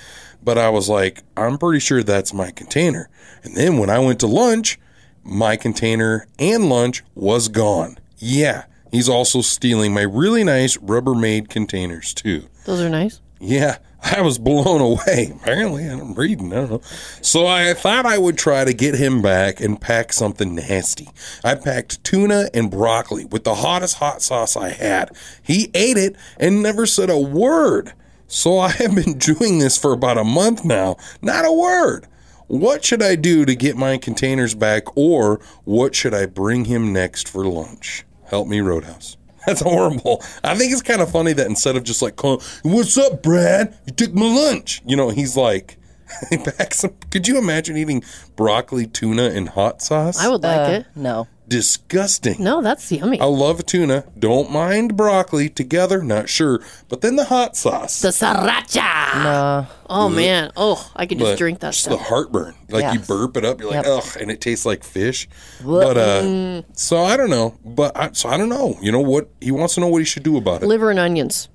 S3: but I was like, I'm pretty sure that's my container. And then when I went to lunch, my container and lunch was gone. Yeah, he's also stealing my really nice Rubbermaid containers, too.
S2: Those are nice.
S3: Yeah, (laughs) I was blown away. Apparently, I'm reading. I don't know. So I thought I would try to get him back and pack something nasty. I packed tuna and broccoli with the hottest hot sauce I had. He ate it and never said a word. So (laughs) I have been doing this for about a month now. Not a word. What should I do to get my containers back, or what should I bring him next for lunch? Help me, Roadhouse. (laughs) That's horrible. I think it's kind of funny that instead of just like calling, "What's up, Brad? You took my lunch," you know, he's like, (laughs) he packs some- Could you imagine eating broccoli, tuna, and hot sauce?
S2: I would like it.
S4: Uh, No.
S3: Disgusting.
S2: Uh, No, that's yummy.
S3: I love tuna. Don't mind broccoli together. Not sure, but then the hot sauce.
S2: The sriracha. Oh
S3: Ugh.
S2: man. Oh, I could just
S3: But
S2: drink that
S3: just
S2: stuff.
S3: the heartburn. Like you
S2: Yes.
S3: burp it up, you're like,
S2: Yep.
S3: ugh, and it tastes like fish.
S2: Blah.
S3: But uh,
S2: Mm.
S3: so I don't know. But I, so I don't know. You know what? He wants to know what he should do about it.
S2: Liver and onions.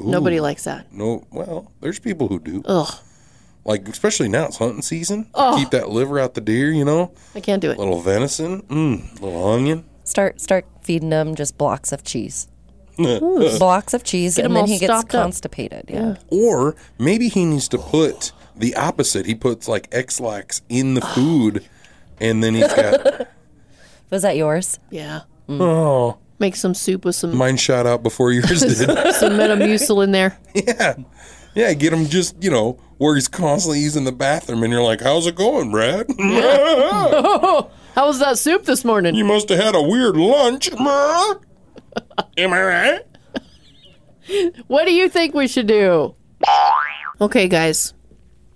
S3: Ooh.
S2: Nobody likes that.
S3: No, well, there's people who do.
S2: Ugh.
S3: Like especially now it's hunting season.
S2: Ugh.
S3: Keep that liver out the deer, you know.
S2: I can't do it.
S3: Little venison, mm, little onion. (laughs)
S4: Start start feeding him just blocks of cheese.
S3: Ooh.
S4: blocks of cheese,
S2: Get 'em
S4: and then
S2: all
S4: he gets
S2: stopped up.
S4: constipated. Yeah.
S3: Or maybe he needs to put the opposite. He puts like X-Lax
S2: (gasps)
S3: in the food, and then he's got
S4: (laughs) Was that yours?
S2: Yeah.
S3: oh,
S2: Make some soup with some
S3: mine shot out before yours did.
S2: (laughs) some Metamucil in
S3: (laughs)
S2: there.
S3: yeah, yeah. Get him just you know where he's constantly using the bathroom, and you're like, "How's it going, Brad?
S2: (laughs) How was that soup this morning?
S3: You must have had a weird lunch." Am I right?
S2: What do you think we should do? Okay, guys.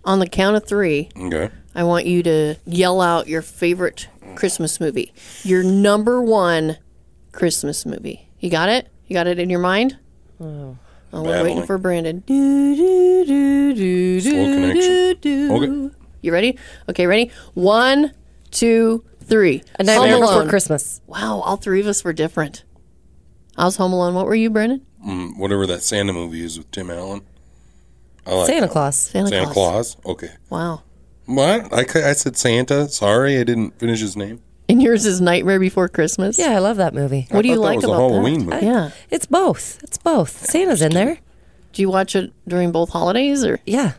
S2: On the count of three,
S3: Okay.
S2: I want you to yell out your favorite Christmas movie. Your number one Christmas movie. You got it? You got it in your mind? Oh, we're waiting
S14: Battling.
S2: for Brandon. Do, do, do, do,
S14: Slow
S2: do,
S14: connection.
S2: do, do.
S14: Okay.
S2: You ready? Okay, ready? One, two, three.
S4: A Nightmare
S2: Home
S4: Before
S2: Alone.
S4: Christmas.
S2: Wow, all three of us were different. I was Home Alone. What were you, Brandon?
S3: Mm, whatever that Santa movie is with Tim Allen. I like
S2: Santa
S3: that one.
S2: Claus. Santa
S3: Santa, Claus. Okay.
S2: Wow.
S3: What? I, ca- I said Santa. Sorry, I didn't finish his name.
S2: And yours is Nightmare Before Christmas. Yeah,
S4: I love that movie.
S3: I thought that was a Halloween movie.
S2: Yeah,
S4: it's both. It's both. Santa's in there.
S2: Do you watch it during both holidays or?
S4: Yeah.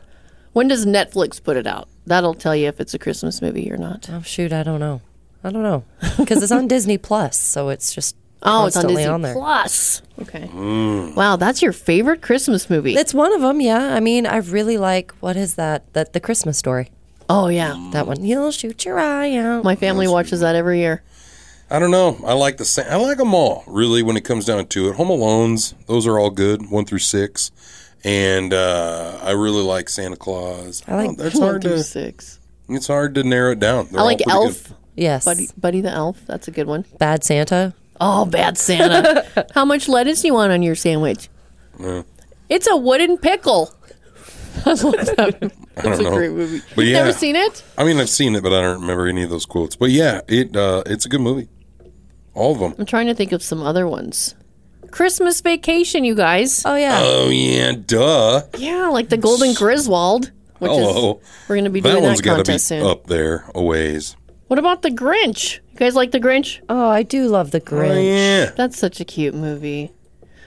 S2: When does Netflix put it out? That'll tell you if it's a Christmas movie or not.
S4: Oh shoot, I don't know. I don't know because it's on (laughs) Disney Plus, so it's just
S2: Oh, it's on
S4: constantly
S2: Disney
S4: there.
S2: Plus. Okay.
S3: Mm.
S2: Wow, that's your favorite Christmas movie.
S4: It's one of them, yeah. I mean, I really like what is that? That the Christmas story.
S2: Oh yeah,
S4: that one. You'll shoot your eye out.
S2: My family watches that every year.
S3: I don't know. I like the Sa- I like them all really when it comes down to it. Home Alones, those are all good, one through six, and uh, I really like Santa Claus.
S2: I like
S3: don't- it's
S2: one
S3: hard
S2: through
S3: to
S2: six.
S3: It's hard to narrow it down. They're
S2: I
S3: all
S2: like
S3: pretty good.
S2: Elf.
S4: Yes.
S2: Buddy, Buddy the Elf. That's a good one.
S4: Bad Santa.
S2: Oh, Bad Santa.
S4: (laughs)
S2: How much lettuce do you want on your sandwich?
S3: Yeah.
S2: It's a wooden pickle. (laughs) I love that. That's a great movie.
S3: But
S2: You've
S3: yeah,
S2: never seen it?
S3: I mean, I've seen it, but I don't remember any of those quotes. But yeah, it uh, it's a good movie. All of them.
S2: I'm trying to think of some other ones. Christmas Vacation, you guys.
S4: Oh yeah.
S3: Oh yeah, duh.
S2: Yeah, like the Golden Griswold, which
S3: Hello.
S2: is we're going to be
S3: Oh, that
S2: doing
S3: one's
S2: that
S3: got to
S2: contest
S3: be
S2: soon.
S3: up there a ways.
S2: What about the Grinch? You guys like the Grinch?
S4: Oh, I do love the Grinch.
S3: yeah.
S2: That's such a cute movie.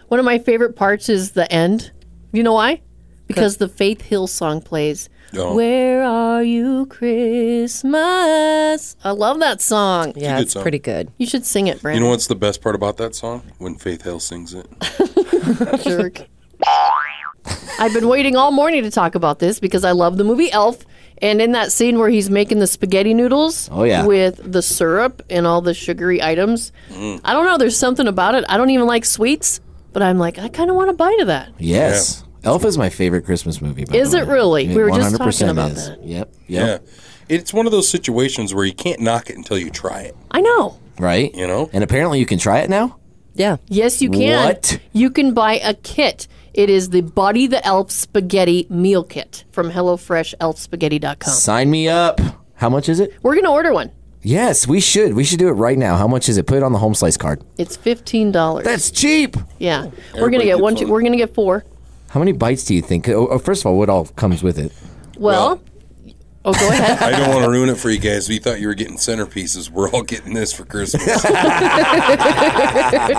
S2: One of my favorite parts is the end. You know why? Because the Faith Hill song plays.
S14: Oh.
S2: Where are you, Christmas? I love that song.
S3: Yeah, good it's song. pretty
S4: good.
S2: You should sing it,
S3: You
S2: Brandon.
S3: know what's the best part about that song? When Faith Hill sings it.
S2: jerk. (laughs) I've been waiting all morning to talk about this because I love the movie Elf. And in that scene where he's making the spaghetti noodles
S10: Oh, yeah.
S2: with the syrup and all the sugary items,
S3: Mm.
S2: I don't know. There's something about it. I don't even like sweets, but I'm like, I kind of want a bite of that.
S10: Yes. Elf is my favorite Christmas movie. By
S2: Is
S10: the
S2: it
S10: way.
S2: really? We were just talking
S10: 100%
S2: about
S10: is.
S2: that.
S10: Yep.
S3: Yeah.
S10: Yep.
S3: It's one of those situations where you can't knock it until you try it.
S2: I know.
S10: Right. You know. And apparently you can try it now.
S4: Yeah.
S2: Yes, you can.
S10: What?
S2: You can buy a kit. It is the Buddy the Elf Spaghetti Meal Kit from HelloFreshElfSpaghetti.com.
S10: Sign me up. How much is it?
S2: We're going to order one.
S10: Yes, we should. We should do it right now. How much is it? Put it on the home slice card.
S2: It's fifteen dollars.
S10: That's cheap.
S2: Yeah, we're gonna get one. Two, we're gonna get four.
S10: How many bites do you think? Oh, oh, first of all, what all comes with it?
S2: Well, oh, go ahead.
S3: (laughs) I (laughs) don't want to ruin it for you guys. We thought you were getting centerpieces. We're all getting this
S10: (laughs)
S3: for
S2: (laughs)
S3: Christmas.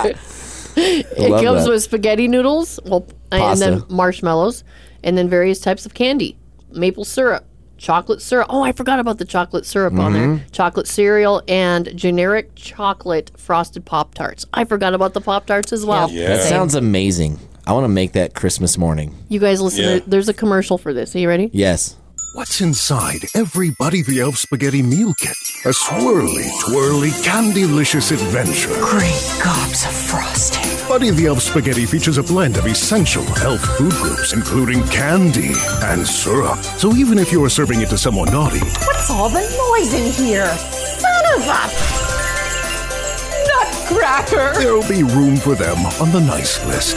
S2: it
S10: love
S2: comes
S10: that.
S2: with spaghetti noodles, well, and then
S10: Pasta.
S2: marshmallows, and then various types of candy, maple syrup, chocolate syrup. Oh, I forgot about the chocolate syrup on
S3: Mm-hmm.
S2: there.
S10: Mhm.
S2: Chocolate cereal and generic chocolate frosted pop tarts. I forgot about the pop tarts as (laughs) well.
S10: That
S2: Same.
S10: sounds amazing. I want to make that Christmas morning.
S2: You guys listen.
S10: Yeah.
S2: there- There's a commercial for this. Are you ready?
S4: (laughs)
S10: Yes.
S15: What's inside every Buddy the Elf Spaghetti Meal Kit? A swirly, twirly, candy-licious adventure. Great gobs of frosting. Buddy the Elf Spaghetti features a blend of essential elf food groups, including candy and syrup. So even if you're serving it to someone naughty,
S16: What's all the noise in here? Son of a nutcracker!
S15: there'll be room for them on the nice list.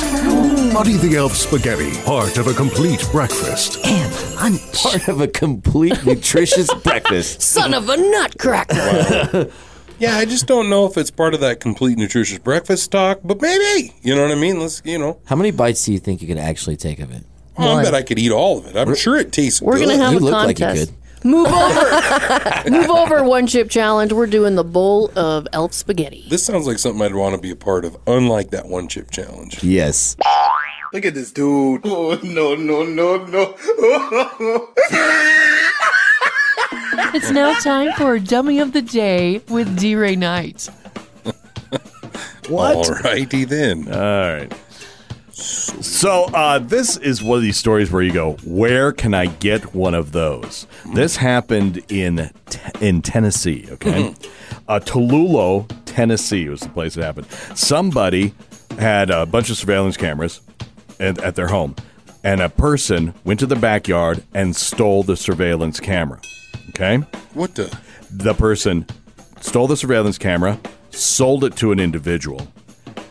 S15: Buddy the Elf Spaghetti, part of a complete breakfast. And lunch.
S10: Part of a complete nutritious breakfast.
S2: Son of a nutcracker. (laughs)
S3: yeah, I just don't know if it's part of that complete nutritious breakfast talk, but maybe. You know what I mean? Let's, you know.
S10: How many bites do you think you could actually take of it?
S3: Well, I bet I could eat all of it. I'm sure it tastes
S2: We're
S3: good.
S2: gonna have You a look like you contest. Move over. (laughs) Move over, one chip challenge. We're doing the bowl of elf spaghetti.
S3: This sounds like something I'd want to be a part of, unlike that one chip challenge.
S10: Yes.
S17: Look at
S3: (laughs)
S17: this dude. Oh, (laughs) no, no, no, no.
S9: It's now time for Dummy of the Day with D Ray Knight.
S1: What?
S3: All righty then.
S1: All right. So uh, this is one of these stories where you go, where can I get one of those? This happened in T- in Tennessee.
S3: Mm-hmm.
S1: Okay, uh, Tolulo, Tennessee was the place it happened. Somebody had a bunch of surveillance cameras at, at their home, and a person went to the backyard and stole the surveillance camera. Okay,
S3: what the?
S1: The person stole the surveillance camera, sold it to an individual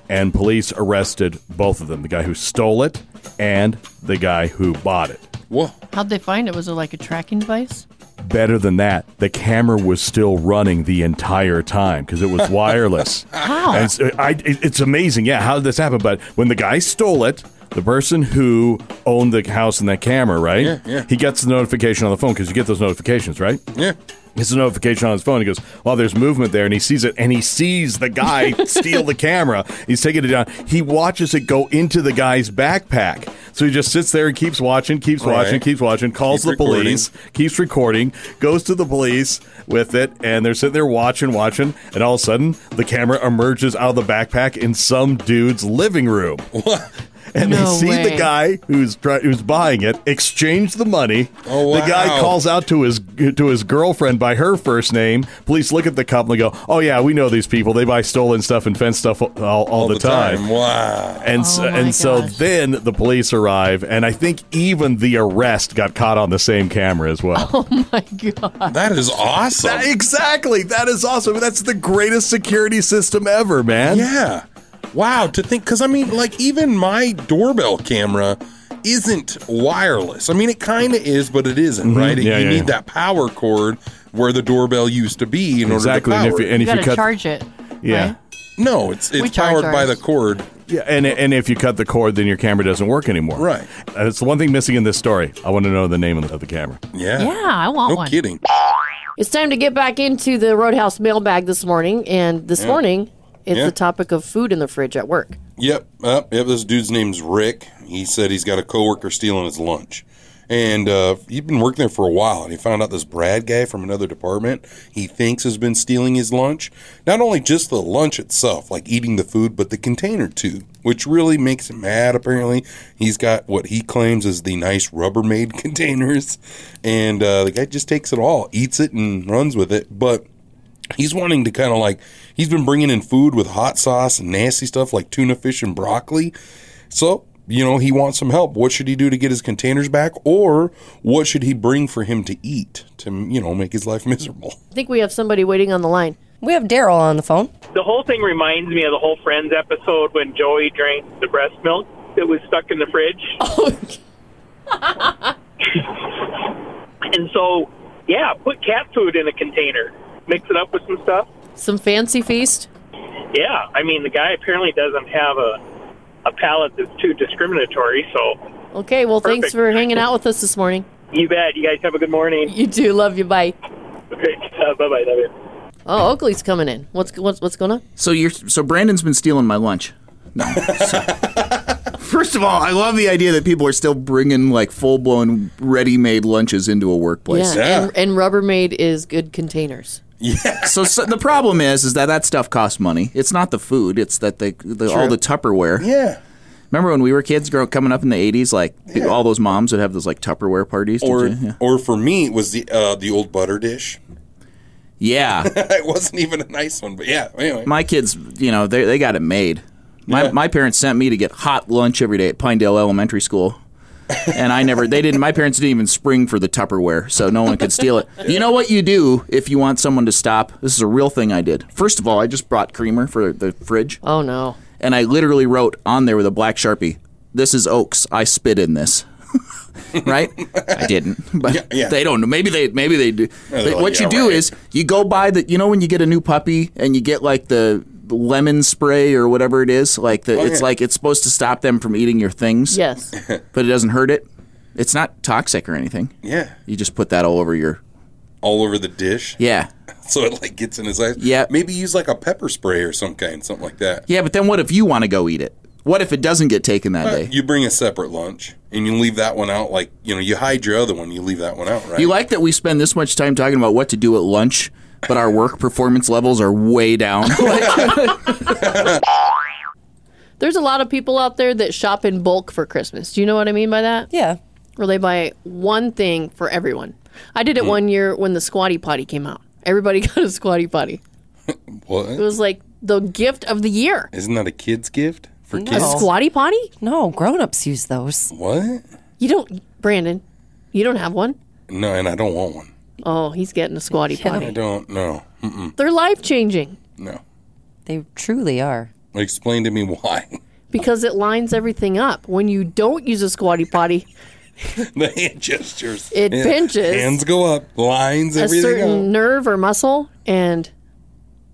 S1: and police arrested both of them the guy who stole it and the guy who bought it.
S3: Whoa.
S2: How'd they find it? Was it like a tracking device?
S1: Better than that, the camera was still running the entire time because it
S3: (laughs)
S1: was wireless.
S2: How?
S1: And so I, it- it's amazing, yeah, how did this happen? But when the guy stole it, the person who owned the house and that camera, right?
S3: Yeah, yeah.
S1: He gets the notification on the phone because you get those notifications, right?
S3: Yeah.
S1: Gets a notification on his phone. He goes, "Well, there's movement there," and he sees it, and he sees
S3: (laughs)
S1: the guy steal the camera. He's taking it down. He watches it go into the guy's backpack. So he just sits there and keeps watching, keeps
S3: All
S1: watching,
S3: right.
S1: keeps watching. Calls
S3: Keep
S1: the police, keeps recording, goes to the police with it, and they're sitting there watching, watching, and all of a sudden the camera emerges out of the backpack in some dude's living room. And they
S13: No
S1: see
S13: way.
S1: the guy who's try- who's buying it exchange the money.
S13: Oh,
S1: The guy
S13: wow.
S1: calls out to his to his girlfriend by her first name. Police look at the couple and go, "Oh yeah, we know these people. They buy stolen stuff and fence stuff all, all, the, time.
S3: Wow.
S1: And
S2: Oh
S1: so, and so then the police arrive, and I think even the arrest got caught on the same camera as well.
S2: Oh.
S3: That is awesome.
S1: That- exactly. That is awesome. That's the greatest security system ever, man.
S3: Yeah. Wow. To think, because I mean, like, even my doorbell camera isn't wireless. I mean, it kind of is, but it isn't,
S1: Mhm.
S3: right?
S1: Yeah,
S3: you
S1: yeah,
S3: need
S1: yeah.
S3: that power cord where the doorbell used to be in
S1: Exactly, and
S3: order
S1: if
S3: to power
S1: you- and
S3: it.
S1: if You you gotta cut-
S9: Charge it.
S1: Yeah.
S3: No, it's
S9: We
S3: it's
S9: charge
S3: powered by
S9: ours.
S3: the cord.
S1: Yeah, and and if you cut the cord, then your camera doesn't work anymore.
S3: Right.
S1: Uh, it's the one thing missing in this story. I want to know the name of the, of the camera.
S3: Yeah.
S2: Yeah, I want one.
S3: kidding.
S2: It's time to get back into the Roadhouse mailbag this morning. And this
S3: Yeah.
S2: morning, it's
S3: Yeah.
S2: the topic of food in the fridge at work.
S3: Yep, uh, yep. This dude's name's Rick. He said he's got a coworker stealing his lunch, and uh, he'd been working there for a while. And he found out this Brad guy from another department he thinks has been stealing his lunch. Not only just the lunch itself, like eating the food, but the container too, which really makes him mad. Apparently, he's got what he claims is the nice Rubbermaid (laughs) containers, and uh, the guy just takes it all, eats it, and runs with it. But he's wanting to kind of like he's been bringing in food with hot sauce and nasty stuff like tuna fish and broccoli so you know he wants some help what should he do to get his containers back or what should he bring for him to eat to you know make his life (laughs) miserable
S2: I think we have somebody waiting on the line.
S4: We have Daryl on the phone.
S18: The whole thing reminds me of the whole Friends episode when Joey drank the breast milk that was stuck in the fridge. (laughs) and so, yeah, put cat food in a container. mix it up with some stuff.
S2: Some fancy feast.
S18: Yeah, I mean the guy apparently doesn't have a a palate that's too discriminatory. So
S2: Okay, well, thanks
S18: Perfect.
S2: for hanging out with us this morning.
S18: you bet. You guys have a good morning.
S2: You do. Love you. Bye.
S18: Okay, uh, bye bye. Love you.
S2: Oh, Oakley's coming in. What's what's what's going on?
S11: (laughs) So you're so Brandon's been stealing my lunch. No. so-
S3: (laughs)
S11: First of all, I love the idea that people are still bringing like full blown ready made lunches into a workplace.
S2: And, and Rubbermaid is good containers.
S11: Yeah. (laughs) So, so the problem is, is that that stuff costs money. It's not the food. It's that they, the, all
S2: True.
S11: the Tupperware.
S3: Yeah.
S11: Remember when we were kids, grow, coming up in the '80s, like all those moms would have those like Tupperware parties. did
S3: Or
S11: you? yeah.
S3: or for me it was the uh, the old butter dish.
S11: Yeah.
S3: it wasn't even a nice one, but yeah. Anyway,
S11: my kids, you know, they they got it made. My my parents sent me to get hot lunch every day at Pinedale Elementary School. and I never, they didn't, my parents didn't even spring for the Tupperware, so no one could steal it. You know what you do if you want someone to stop? This is a real thing I did. First of all, I just brought creamer for the fridge.
S2: Oh, no.
S11: And I literally wrote on there with a black sharpie, This is Oaks. I spit in this. right? I didn't. But
S3: (laughs) yeah.
S11: they don't know. Maybe they maybe they do.
S3: Yeah,
S11: But
S3: they're
S11: what
S3: like,
S11: you
S3: "Yeah,
S11: do
S3: right."
S11: is you go buy the you know when you get a new puppy and you get like the the lemon spray or whatever it is, like the
S2: Oh,
S11: it's
S2: yeah.
S11: like it's supposed to stop them from eating your things.
S3: (laughs)
S2: Yes.
S11: but it doesn't hurt it. It's not toxic or anything.
S3: Yeah.
S11: You just put that all over your
S3: all over the dish. (laughs)
S11: Yeah.
S3: So it like gets in his eyes.
S11: Yeah.
S3: Maybe use like a pepper spray or some kind, something like that.
S11: Yeah, but then what if you want to go eat it? What if it doesn't get taken that
S3: Uh,
S11: day?
S3: You bring a separate lunch and you leave that one out. Like you know, you hide your other one. You leave that one out, right?
S11: You like that we spend this much time talking about what to do at lunch, but our work performance levels are way
S3: (laughs)
S11: down.
S2: There's a lot of people out there that shop in bulk for Christmas. Do you know what I mean by that?
S4: Yeah.
S2: Where they buy one thing for everyone. I
S3: Mm.
S2: did it one year when the squatty potty came out. Everybody (laughs) got a squatty potty.
S3: what?
S2: It was like the gift of the year.
S3: Isn't that a kid's gift for
S2: A
S3: kids?
S2: squatty potty?
S4: No, grown-ups use those.
S3: What?
S2: You don't, Brandon. You don't have one.
S3: No, and I don't want one.
S2: Oh, he's getting a squatty
S3: I
S2: potty.
S3: don't. No. Mm-mm.
S2: They're life changing
S3: No.
S4: They truly are.
S3: Explain to me why. (laughs)
S2: because it lines everything up. When you don't use a squatty potty,
S3: the hand gestures.
S2: It
S3: Yeah.
S2: pinches.
S3: Hands go up. Lines
S2: a
S3: everything
S2: certain
S3: up.
S2: nerve or muscle, and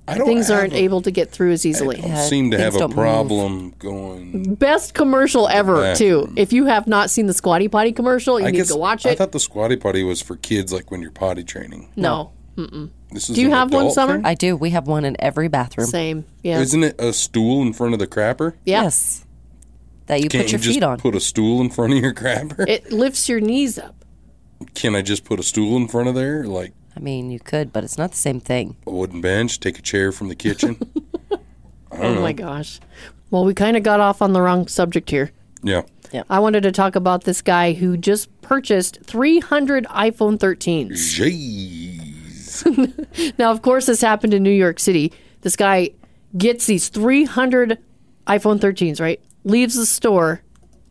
S3: don't
S2: things
S3: have
S2: aren't able to get through as easily.
S3: Seem to have a problem going.
S2: Best commercial ever,
S3: Yeah.
S2: too. If you have not seen the squatty potty commercial, you
S3: I
S2: need
S3: guess
S2: to watch
S3: I (laughs)
S2: it.
S3: thought the squatty potty was for kids, like when you're potty training.
S2: no. Mm-mm.
S3: This is
S2: Do you
S3: an
S2: have one,
S3: adult
S2: Summer?
S3: thing?
S4: I do. We have one in every bathroom.
S2: Same. Yeah.
S3: Isn't it a stool in front of the crapper?
S4: Yes. That
S3: Can't you just Put a stool in front of your crapper.
S2: It lifts your knees up.
S3: Can I just put a stool in front of there? Like
S4: I mean, you could, but it's not the same thing.
S3: a wooden bench, take a chair from
S4: (laughs)
S3: the kitchen. I don't
S2: Oh
S3: know.
S2: my gosh. Well, we kind of got off on the wrong subject here.
S3: Yeah.
S2: I wanted to talk about this guy who just purchased 300 iPhone 13s. (laughs) Now, of course, this happened in New York City. This guy gets these 300 iPhone 13s, right? Leaves the store,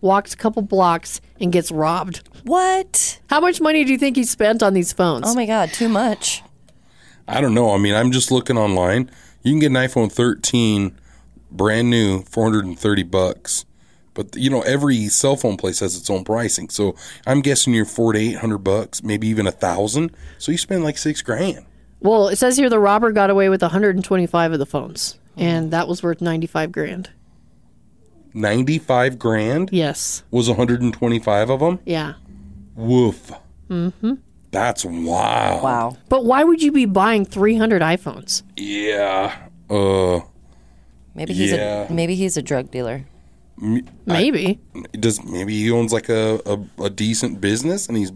S2: walks a couple blocks, and gets robbed.
S4: What?
S2: How much money do you think he spent on these phones? Oh
S4: my God, too much.
S3: I don't know. I mean, I'm just looking online. You can get an iPhone 13, brand new, 430 bucks. But you know, every cell phone place has its own pricing. So I'm guessing you're four to eight hundred bucks, maybe even a thousand. So you spend like six grand.
S2: Well, it says here the robber got away with 125 of the phones, and that was worth 95 grand.
S3: Ninety five grand.
S2: Yes.
S3: Was 125 of them.
S2: Yeah.
S3: Woof.
S2: hmm
S3: That's wild.
S4: Wow.
S2: But why would you be buying 300 iPhones?
S3: Yeah. Uh.
S4: Maybe he's
S3: Yeah.
S4: a maybe he's a drug dealer.
S3: m-
S2: Maybe.
S3: does maybe he owns like a, a, a decent business and he's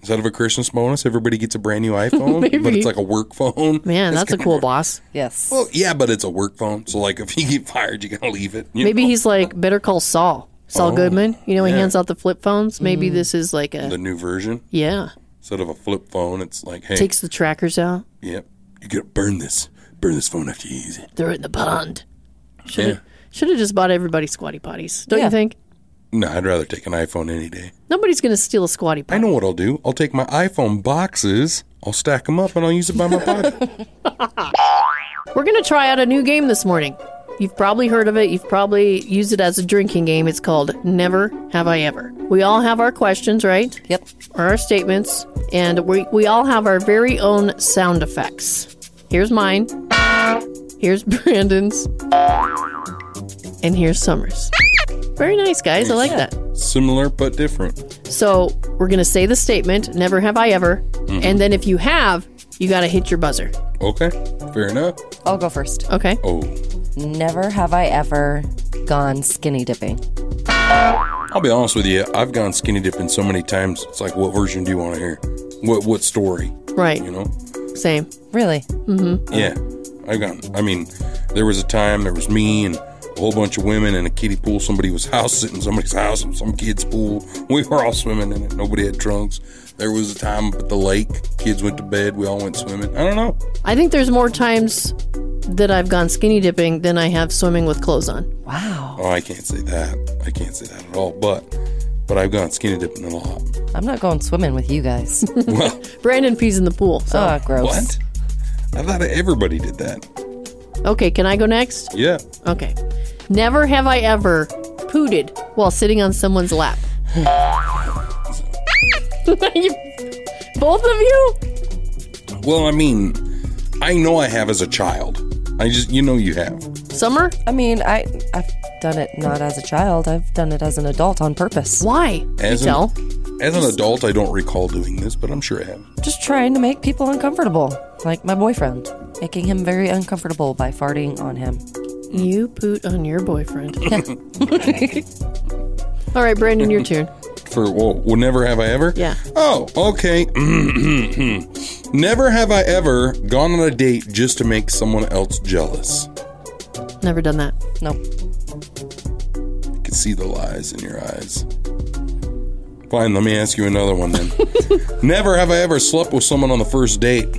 S3: instead of a Christmas bonus, everybody gets a
S2: (laughs)
S3: brand new iPhone, but
S2: Maybe.
S3: it's like a work phone.
S2: Man,
S3: It's
S2: that's a
S3: kinda-
S2: cool boss.
S4: Yes.
S3: Well, yeah, but it's a work phone. So like, if you get fired, you gotta leave it. you
S2: Maybe
S3: know?
S2: he's like Better Call Saul. Saul
S3: Oh,
S2: Goodman. You know, he
S3: yeah. Mm.
S2: hands out the flip phones. Maybe this is like a.
S3: the new version.
S2: yeah.
S3: Instead of a flip phone, it's like, hey,
S2: Takes the trackers out.
S3: yep, you gotta burn this, burn this phone after you use it.
S2: They're in the pond. Should
S3: Yeah.
S2: have should have just bought everybody squatty potties. Don't
S3: Yeah.
S2: you think?
S3: No, I'd rather take an iPhone any day.
S2: Nobody's going to steal a squatty potty.
S3: I know what I'll do. I'll take my iPhone boxes, I'll stack them up, and I'll use it by my body.
S2: We're going to try out a new game this morning. You've probably heard of it. You've probably used it as a drinking game. It's called Never Have I Ever. We all have our questions, right?
S4: Yep.
S2: Or our statements. And we, we all have our very own sound effects. Here's mine. Here's (laughs) Brandon's. And here's Summer's. Very nice, guys. I like that.
S3: Similar but different.
S2: So we're going to say the statement, never have I ever.
S4: Mm-hmm.
S3: Mhm.
S2: And then if you have, you got to hit your buzzer.
S3: Okay, fair enough.
S4: I'll go first.
S2: Okay.
S3: Oh,
S4: Never have I ever gone skinny dipping.
S3: I'll be honest with you. I've gone skinny dipping so many times. It's like, what version do you want to hear? What what story?
S2: Right.
S3: You know?
S2: Same.
S4: Really?
S2: Mm-hmm.
S3: Yeah, I've gone. I mean, there was a time there was me and a whole bunch of women in a kiddie pool. Somebody was (laughs) house sitting in somebody's house in some kid's pool. We were all swimming in it. Nobody had trunks. There was a time up at the lake. Kids went to bed. We all went swimming. I don't know.
S2: I think there's more times that I've gone skinny dipping than I have swimming with clothes on.
S3: Oh, I can't say that. I can't say that at all. But but I've gone skinny dipping a lot.
S4: I'm not going swimming with you guys.
S2: (laughs) Brandon pees in the pool. So.
S4: Ah, gross.
S3: What? I thought everybody did that.
S2: Okay, can I go next?
S3: Yeah.
S2: Okay. Never have I ever pooted while sitting on someone's
S4: (laughs)
S2: lap. You- both of you?
S3: Well, I mean, I know I have as a child. I just you know you have.
S2: Summer?
S4: I mean, I I've done it not as a child. I've done it as an adult on purpose.
S2: Why?
S3: As An, as an adult, I don't recall doing this, but I'm sure I have.
S4: Just trying to make people uncomfortable, like my boyfriend, making him very uncomfortable by farting on him.
S2: You poot on your boyfriend. (laughs) All right, Brandon, your turn.
S3: For well, well, never have I ever.
S2: Yeah.
S3: Oh, okay. (clears throat) never have I ever gone on a date just to make someone else jealous.
S2: Never done that. Nope.
S3: I can see the lies in your eyes. Fine, let me ask you another one then. never have I ever slept with someone on the first date.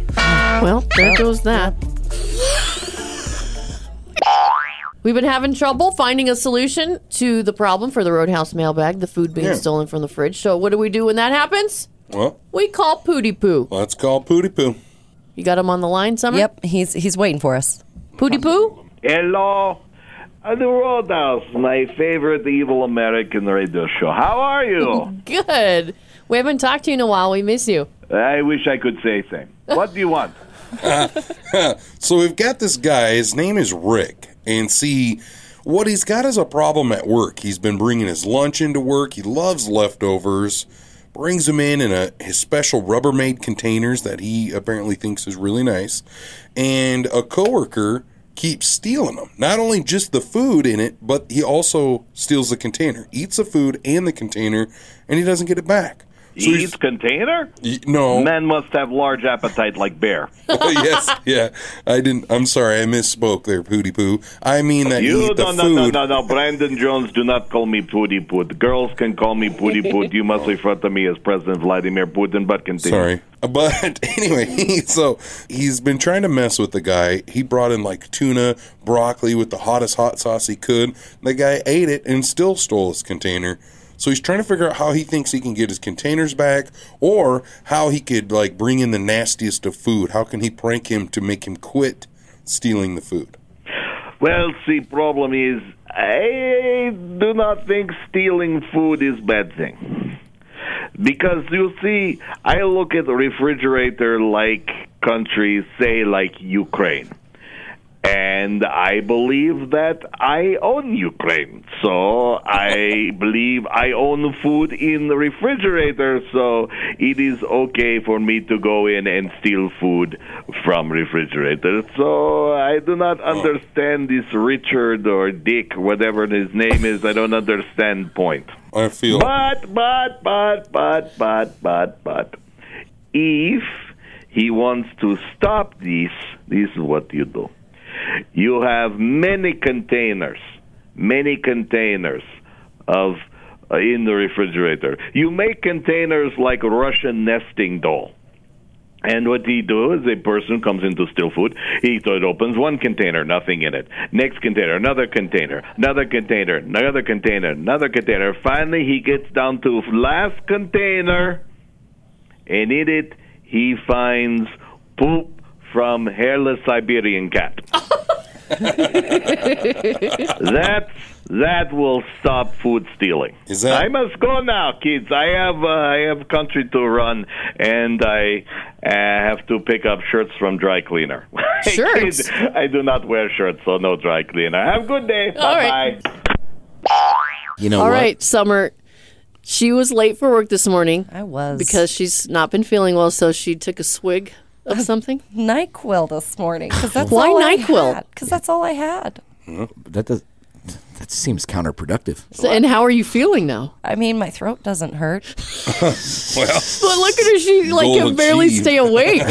S2: Well, there goes that. We've been having trouble finding a solution to the problem for the Roadhouse mailbag, the food being
S3: Yeah.
S2: stolen from the fridge. So, what do we do when that happens?
S3: Well,
S2: We call Pooty Poo.
S3: let's call Pooty Poo.
S2: You got him on the line, Summer? Yep,
S4: he's he's waiting for us.
S2: Pooty Poo?
S19: Hello. Uh, the Roadhouse, my favorite evil American radio show. How are
S3: (laughs)
S19: you?
S2: Good. We haven't talked to you in a while. We miss you.
S19: I wish I could say same. What do you want?
S3: (laughs) so we've got this guy. His name is Rick, and see what he's got is a problem at work. He's been bringing his lunch into work. He loves leftovers. Brings them in in a his special Rubbermaid containers that he apparently thinks is really nice, and a coworker keeps stealing them. Not only just the food in it, but he also steals the container, eats the food and the container, and he doesn't get it back. So he's-
S19: Eats container?
S3: no.
S19: Men must have large appetite like bear.
S3: Oh, (laughs) yes, yeah. I didn't. I'm sorry, I misspoke there, Pooty Poo. I mean that you,
S19: You
S3: eat
S19: no
S3: the
S19: no
S3: food.
S19: no no no Brandon Jones do not call me Pooty Poot. Girls can call me
S3: (laughs)
S19: Pooty Poot. You must refer to me as President Vladimir Putin, but continue.
S3: Sorry. But (laughs) anyway, so he's been trying to mess with the guy. He brought in like tuna, broccoli with the hottest hot sauce he could. The guy ate it and still stole his container. So he's trying to figure out how he thinks he can get his containers back or how he could like bring in the nastiest of food. How can he prank him to make him quit stealing the food?
S19: Well, see, problem is, I do not think stealing food is bad thing. Because you see, I look at refrigerator like countries, say like Ukraine. And I believe that I own Ukraine. So I believe I own food in the refrigerator. So it is okay for me to go in and steal food from refrigerator. So I do not
S3: Oh.
S19: understand this Richard or Dick, whatever his name is. I don't understand point.
S3: I feel.
S19: But, but, but, but, but, but, but. If he wants to stop this, this is what you do. You have many containers, many containers of uh, in the refrigerator. You make containers like Russian nesting doll. And what he do is a person comes in to steal food. He so it opens one container, nothing in it. Next container, another container, another container, another container, another container. Finally, he gets down to last container, and in it he finds poop from hairless Siberian cat. That's That will stop food stealing.
S3: Is that-
S19: I must go now, kids. I have uh, I have country to run, and I uh, have to pick up shirts from dry cleaner. (laughs) Shirts? I do not wear shirts, so no dry cleaner. Have a good day.
S2: All
S19: Bye
S2: right.
S19: bye.
S10: You
S2: All right, Summer. She was late for work this morning. I was. Because she's not been feeling well, so she took a swig
S4: (laughs)
S2: of something.
S4: (laughs) NyQuil this morning. Cause that's
S2: Why
S4: all
S2: NyQuil?
S4: Because that's all I had.
S10: That does. That seems counterproductive.
S2: So, and how are you feeling now?
S4: I mean, my throat doesn't
S2: (laughs)
S4: hurt.
S10: well,
S2: But look at her. She like
S10: Goal
S2: can barely
S10: achieved.
S2: stay awake.
S10: (laughs)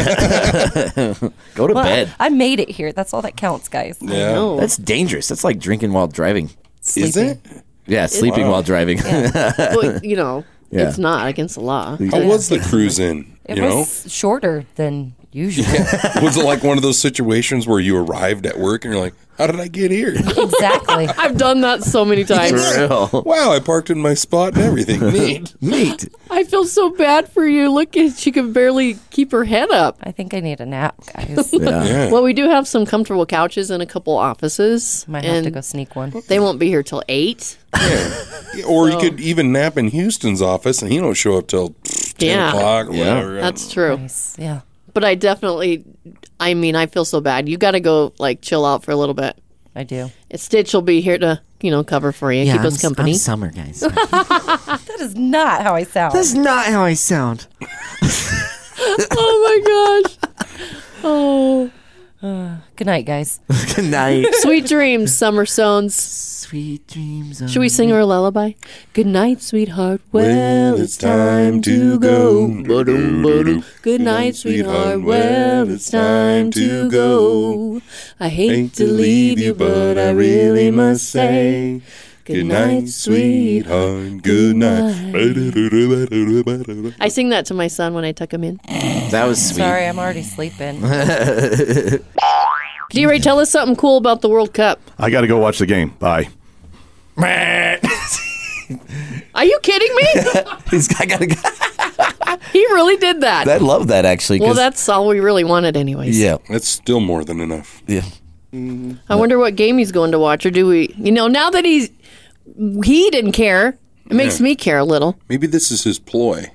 S10: go to
S4: Well,
S10: bed.
S4: I made it here. That's all that counts, guys.
S10: that's dangerous. That's like drinking while driving.
S4: Is it?
S10: Yeah,
S4: Is-
S10: sleeping
S4: Wow.
S10: while driving. (laughs)
S2: well, you know,
S10: Yeah. Oh,
S2: it's not against the law.
S3: How was the
S2: (laughs)
S3: cruise in?
S4: It
S3: you
S4: was shorter than usual.
S3: know, (laughs) was it like one of those situations where you arrived at work and you're like, "How did I get here?"
S2: (laughs)
S4: Exactly.
S2: I've done that so many times.
S3: (laughs) Wow, I parked in my spot and everything. Neat,
S10: neat.
S2: I feel so bad for you. Look at she can barely keep her head up.
S4: I think I need a nap,
S2: (laughs)
S4: guys.
S3: Yeah. Yeah.
S2: Well, we do have some comfortable couches in a couple offices. Might
S4: have to
S2: go
S4: sneak one.
S2: They won't be here till eight.
S3: Or you
S2: So-
S3: could even nap in Houston's office and he don't show up till (sniffs) pff, ten
S2: Yeah.
S3: o'clock. Or
S2: Yeah.
S3: whatever.
S2: That's true.
S4: Yeah.
S2: But I definitely, I mean, I feel so bad. You got to go like chill out for a little bit.
S4: I do.
S2: Stitch will be here to you know cover for you, keep us company. (laughs)
S10: summer, guys.
S4: that is not how I sound.
S10: That's not how I sound.
S2: oh my gosh. (laughs) Oh.
S4: Uh, good night,
S2: (laughs)
S4: guys.
S10: Good night.
S2: Sweet dreams, summer sones. Sweet
S10: dreams.
S2: Should we sing her a lullaby? Good night, sweetheart. Well, it's
S3: time to go. Ba-dum-ba-dum.
S2: Good night, sweetheart. Well, it's time to go. I hate to leave you, but I really must say.
S3: Good night, sweetheart. Good night.
S2: I sing that to my son when I tuck him in.
S10: That was sweet.
S4: Sorry, I'm
S2: (laughs)
S4: already sleeping.
S2: D Ray, tell us something cool about the World Cup.
S1: I got to go watch the game. Bye.
S2: Are you kidding me?
S10: (laughs) He's got, got,
S2: he really did that.
S10: I love that actually.
S2: well,
S10: 'cause-
S2: that's all we really wanted, anyways.
S10: yeah,
S3: that's still more than enough.
S10: Yeah,
S2: I wonder what game he's going to watch, or do we? You know, now that he's he didn't care, it makes
S3: Yeah.
S2: me care a little.
S3: maybe this is his ploy.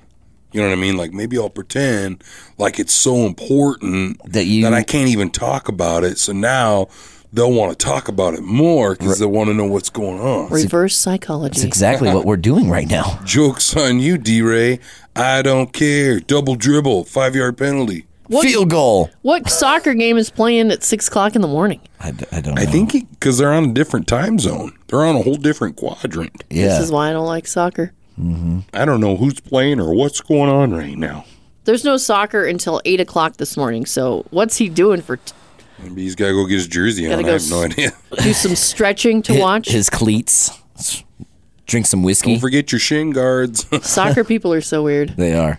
S3: You know what I mean? Like maybe I'll pretend like it's so important
S10: that you
S3: that I can't even talk about it. So now they'll want to talk about it more because they want to know what's going on.
S2: Reverse psychology.
S10: that's exactly what we're doing right now.
S3: (laughs) Jokes on you, D Ray. I don't care. Double dribble, five yard penalty.
S2: What-
S10: Field goal.
S2: (laughs) What soccer game is playing at six o'clock in the morning?
S10: I, d- I don't.
S3: I think because they're on a different time zone. They're on a whole different quadrant.
S2: This is why I don't like soccer.
S3: I don't know who's playing or what's going on right now.
S2: There's no soccer until eight o'clock this morning. So what's he doing for? T-
S3: Maybe he's got to go get his jersey
S2: Gotta
S3: on. I
S2: go
S3: have no
S2: s- (laughs)
S3: idea.
S2: do some stretching to
S10: Hit
S2: watch.
S10: his cleats. Drink some whiskey.
S3: Don't forget your shin guards.
S10: (laughs)
S3: (laughs)
S2: Soccer people are so weird.
S10: They are.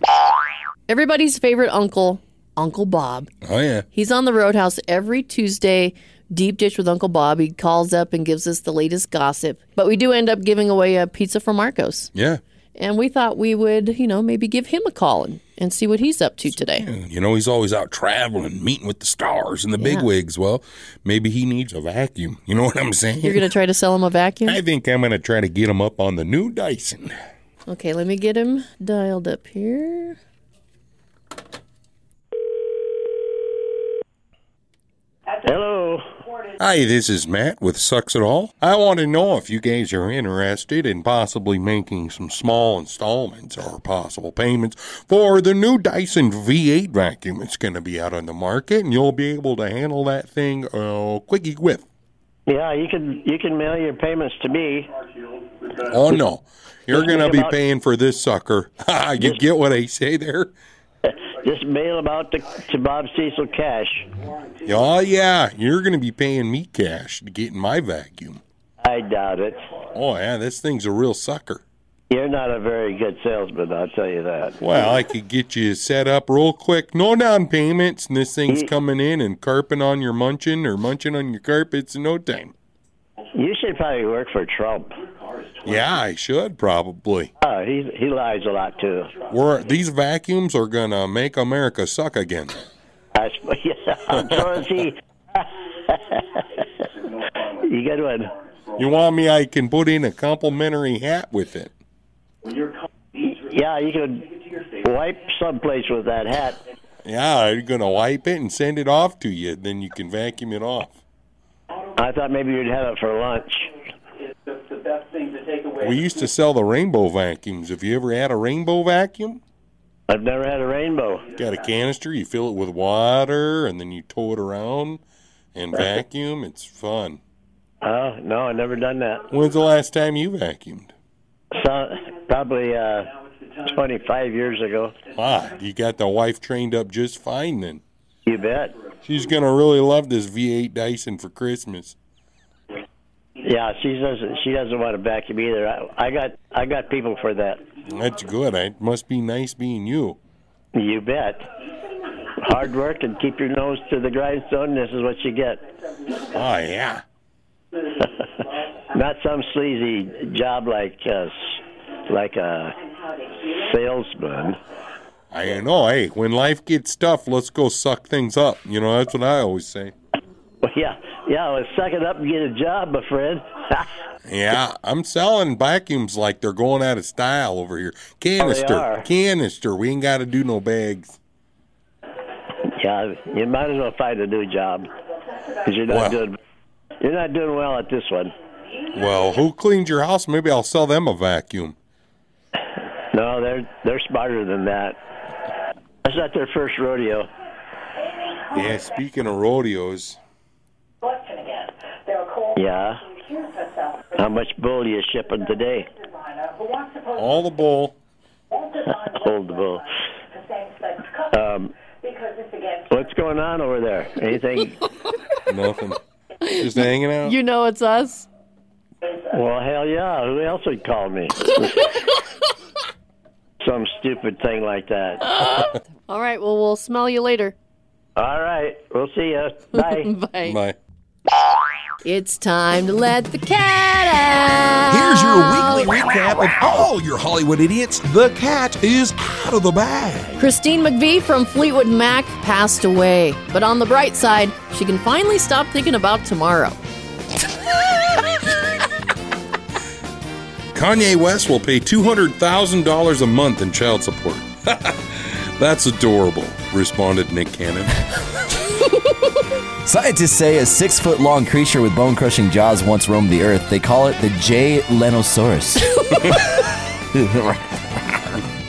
S2: Everybody's favorite uncle, Uncle Bob.
S3: Oh yeah.
S2: He's on the Roadhouse every Tuesday, Deep Ditch with Uncle Bob. He calls up and gives us the latest gossip. But we do end up giving away a pizza from Marcos.
S3: Yeah.
S2: And we thought we would, you know, maybe give him a call and, and see what he's up to today.
S3: You know, he's always out traveling, meeting with the stars and the
S2: Yeah.
S3: big wigs. Well, maybe he needs a vacuum. You know what I'm saying?
S2: You're going to try to sell him a vacuum?
S3: I think I'm going to try to get him up on the new Dyson.
S2: Okay, let me get him dialed up here.
S20: Hello.
S3: Hi, this is Matt with Sucks It All. I want to know if you guys are interested in possibly making some small installments or possible payments for the new Dyson V8 vacuum. It's going to be out on the market, and you'll be able to handle that thing uh, quickie whiff.
S20: Yeah, you can you can mail your payments to me.
S3: Oh no, you're
S20: Just
S3: going to
S20: make
S3: be
S20: about-
S3: paying (laughs) for this sucker. you get what I say there?
S20: (laughs) Just mail them out to, to Bob Cecil Cash.
S3: Oh yeah, you're going to be paying me cash to get in my vacuum.
S20: I doubt it.
S3: Oh yeah, this thing's a real sucker.
S20: You're not a very good salesman, I'll tell you that.
S3: Well, I could get you set up real quick. No down payments, and this thing's
S20: Mm.
S3: coming in and carping on your munching or munching on your carpets in no time.
S20: you should probably work for Trump.
S3: Yeah, I should probably.
S20: Oh, he he lies a lot too.
S3: We're, these vacuums are going to make America suck again.
S20: (laughs) I suppose. Yeah, I'm sure as he. You got one.
S3: You want me? I can put in a complimentary hat with it.
S20: Yeah, you could wipe someplace with that hat.
S3: Yeah, I'm gonna wipe it and send it off to you. Then you can vacuum it off.
S20: I thought maybe you'd have it Uh, for lunch.
S3: We used to sell the rainbow vacuums. Have you ever had a rainbow vacuum?
S20: I've never had a rainbow.
S3: Got a canister. You fill it with water, and then you tow it around and
S20: Right.
S3: vacuum. It's fun.
S20: Oh no, I never done that.
S3: When's the last time you vacuumed?
S20: So, probably uh, 25 years ago.
S3: Ah, you got the wife trained up just fine then.
S20: You bet.
S3: She's going to really love this V8 Dyson for Christmas.
S20: Yeah, she doesn't. She doesn't want to vacuum either. I, I got I got people for that.
S3: That's good. It must be nice being you.
S20: You bet. Hard work and keep your nose to the grindstone. This is what you get.
S3: Oh yeah.
S20: (laughs) Not some sleazy job like uh, s- like a salesman. (laughs)
S3: I know. Hey, when life gets tough, let's go suck things up. You know, that's what I always say.
S20: Well, yeah, yeah. Well, suck it up and get a job, my friend. (laughs)
S3: Yeah, I'm selling vacuums like they're going out of style over here. Canister,
S20: are.
S3: canister. We ain't got to do no bags.
S20: yeah, you might as well find a new job because you're not
S3: Well.
S20: doing you're not doing well at this one.
S3: Well, who cleans your house? Maybe I'll sell them a vacuum.
S20: No, they're they're smarter than that. That's not their first rodeo.
S3: Yeah. Speaking of rodeos,
S20: Yeah. How much bull you shipping today?
S3: all
S20: (laughs)
S3: the bull.
S20: Hold the bull. Um, what's going on over there? Anything?
S3: (laughs) Nothing. Just hanging out.
S2: You know it's us.
S20: Well, hell yeah. Who else would
S2: (laughs)
S20: call me? Some stupid thing like that.
S2: (laughs) All right. Well, we'll smell you later.
S20: All right. We'll see
S2: (laughs)
S20: ya. Bye.
S2: Bye.
S3: Bye.
S2: It's time to let the cat out.
S21: Here's your weekly recap of all your Hollywood idiots. The cat is out of the bag.
S2: Christine McVie from Fleetwood Mac passed away, but on the bright side, she can finally stop thinking about tomorrow.
S3: Kanye West will pay $200,000 a month in child support. (laughs) That's adorable, responded Nick Cannon.
S10: Scientists say a six foot long creature with bone crushing jaws once roamed the earth. They call it the J.
S2: (laughs)
S10: Lenosaurus. (laughs)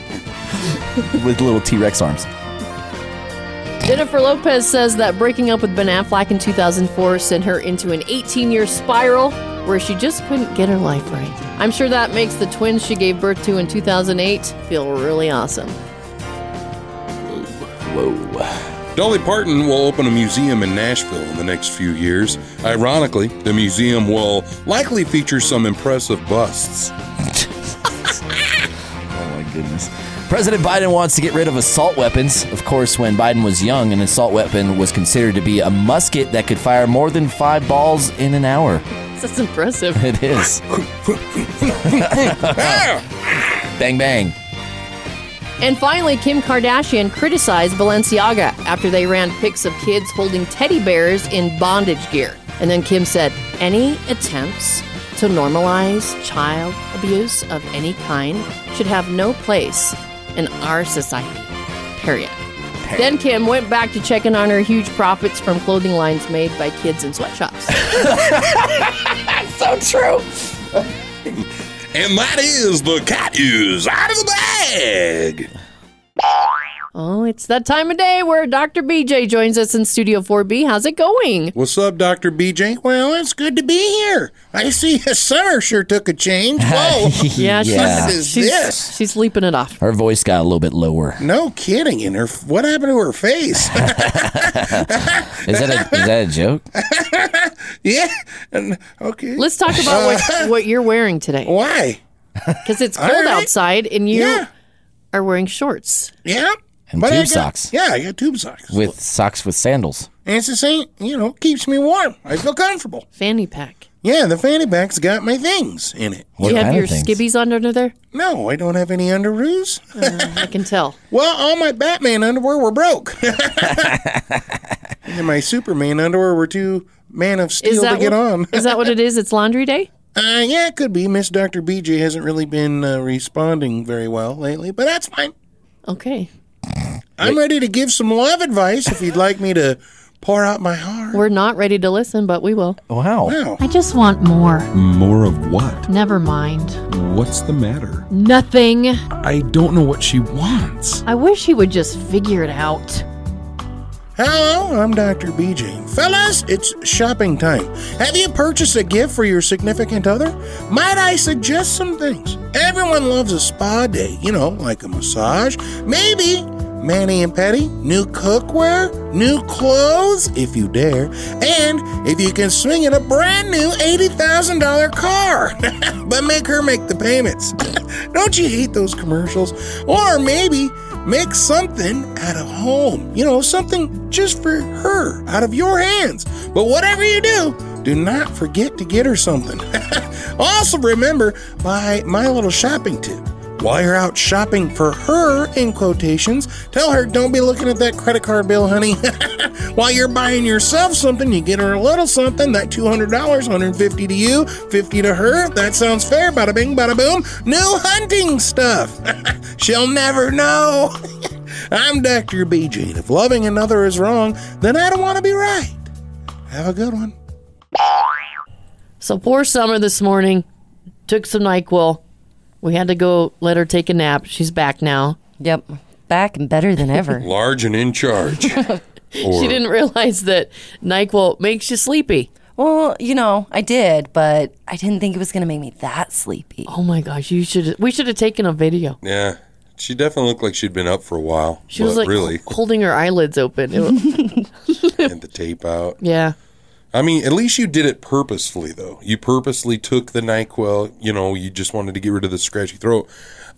S10: with little T Rex arms.
S2: Jennifer Lopez says that breaking up with Ben Affleck in 2004 sent her into an 18 year spiral where she just couldn't get her life right. I'm sure that makes the twins she gave birth to in 2008 feel really awesome.
S3: Whoa. Dolly Parton will open a museum in Nashville in the next few years. Ironically, the museum will likely feature some impressive busts.
S10: Oh my goodness. President Biden wants to get rid of assault weapons. Of course, when Biden was young, an assault weapon was considered to be a musket that could fire more than five balls in an hour.
S2: That's impressive.
S10: (laughs) It is. bang, bang.
S2: And finally, Kim Kardashian criticized Balenciaga after they ran pics of kids holding teddy bears in bondage gear. And then Kim said, Any attempts to normalize child abuse of any kind should have no place in our society. Period. Then Kim went back to checking on her huge profits from clothing lines made by kids in sweatshops.
S10: so true.
S3: And that is the cat is out of the bag.
S2: Oh, it's that time of day where Dr. BJ joins us in Studio 4B. How's it going?
S3: What's up, Dr. BJ? Well, it's good to be here. I see his summer sure took
S2: (laughs)
S3: a change. Whoa.
S2: Yeah, she's,
S10: Yeah.
S2: she's, she's leaping it off.
S10: Her voice got a little bit lower. (laughs)
S3: No kidding. And her, what happened to
S2: (laughs)
S3: her face? (laughs)
S10: Is that a, is that a joke?
S3: yeah. And, okay.
S2: Let's talk about
S3: (laughs)
S2: what, what you're wearing today.
S3: Uh. Why?
S2: Because it's
S3: All
S2: cold
S3: right.
S2: outside and you
S3: Yeah.
S2: are wearing shorts.
S3: Yeah.
S10: And
S3: But I
S10: tube
S3: got-
S10: socks.
S3: Yeah, I got tube socks.
S10: With socks with sandals.
S3: And it's the same, you know, keeps me warm. I feel comfortable.
S2: Fanny pack.
S3: Yeah, the fanny pack's got my things in it.
S2: Do you have your skibbies on under there?
S3: No, I don't have any
S2: (laughs)
S3: underoos. (laughs)
S2: Uh, I can tell.
S3: Well, all my Batman underwear were broke. and my Superman underwear were too Man of Steel to get
S2: what,
S3: on.
S2: is that what it is? It's laundry day?
S3: Uh, yeah, it could be. Miss Dr. BJ hasn't really been uh, responding very well lately, but that's fine.
S2: Okay.
S3: I'm ready to give some love advice if you'd like me to pour out my heart.
S2: We're not ready to listen, but we will.
S21: Oh,
S10: Wow.
S2: I just want more.
S21: More of what?
S2: Never mind.
S21: What's the matter?
S2: Nothing.
S21: I don't know what she wants.
S2: I wish he would just figure it out.
S3: Hello, I'm Dr. BJ. Fellas, it's shopping time. Have you purchased a gift for your significant other? Might I suggest some things? Everyone loves a spa day, you know, like a massage. Maybe Manny and Petty, new cookware, new clothes, if you dare, and if you can swing in a brand new $80,000 car. (laughs) but make her make the payments. (laughs) Don't you hate those commercials? Or maybe make something out of home. You know, something just for her out of your hands. But whatever you do, do not forget to get her something. also, remember my, my little shopping tip. While you're out shopping for her, in quotations, tell her don't be looking at that credit card bill, honey. (laughs) While you're buying yourself something, you get her a little something. That two hundred dollars, one hundred fifty to you, fifty to her. That sounds fair. Bada bing, bada boom. New hunting stuff. (laughs) She'll never know. (laughs) I'm Dr. BJ. and If loving another is wrong, then I don't want to be right. Have a good one.
S2: So poor Summer this morning took some NyQuil. We had to go let her take a nap. She's back now.
S4: Yep. Back and better than ever.
S3: Large and
S21: (laughs)
S3: in charge.
S2: (laughs) she didn't realize that NyQuil makes you sleepy.
S4: Well, you know, I did, but I didn't think it was going to make me that sleepy.
S2: Oh my gosh, you should we should have taken a video.
S3: Yeah, she definitely looked like she'd been up for a while.
S2: She was like
S3: really
S2: holding her eyelids open. It was-
S3: the tape out.
S2: (laughs) yeah.
S3: I mean, at least you did it purposefully, though. You purposely took the NyQuil. You know, you just wanted to get rid of the scratchy throat.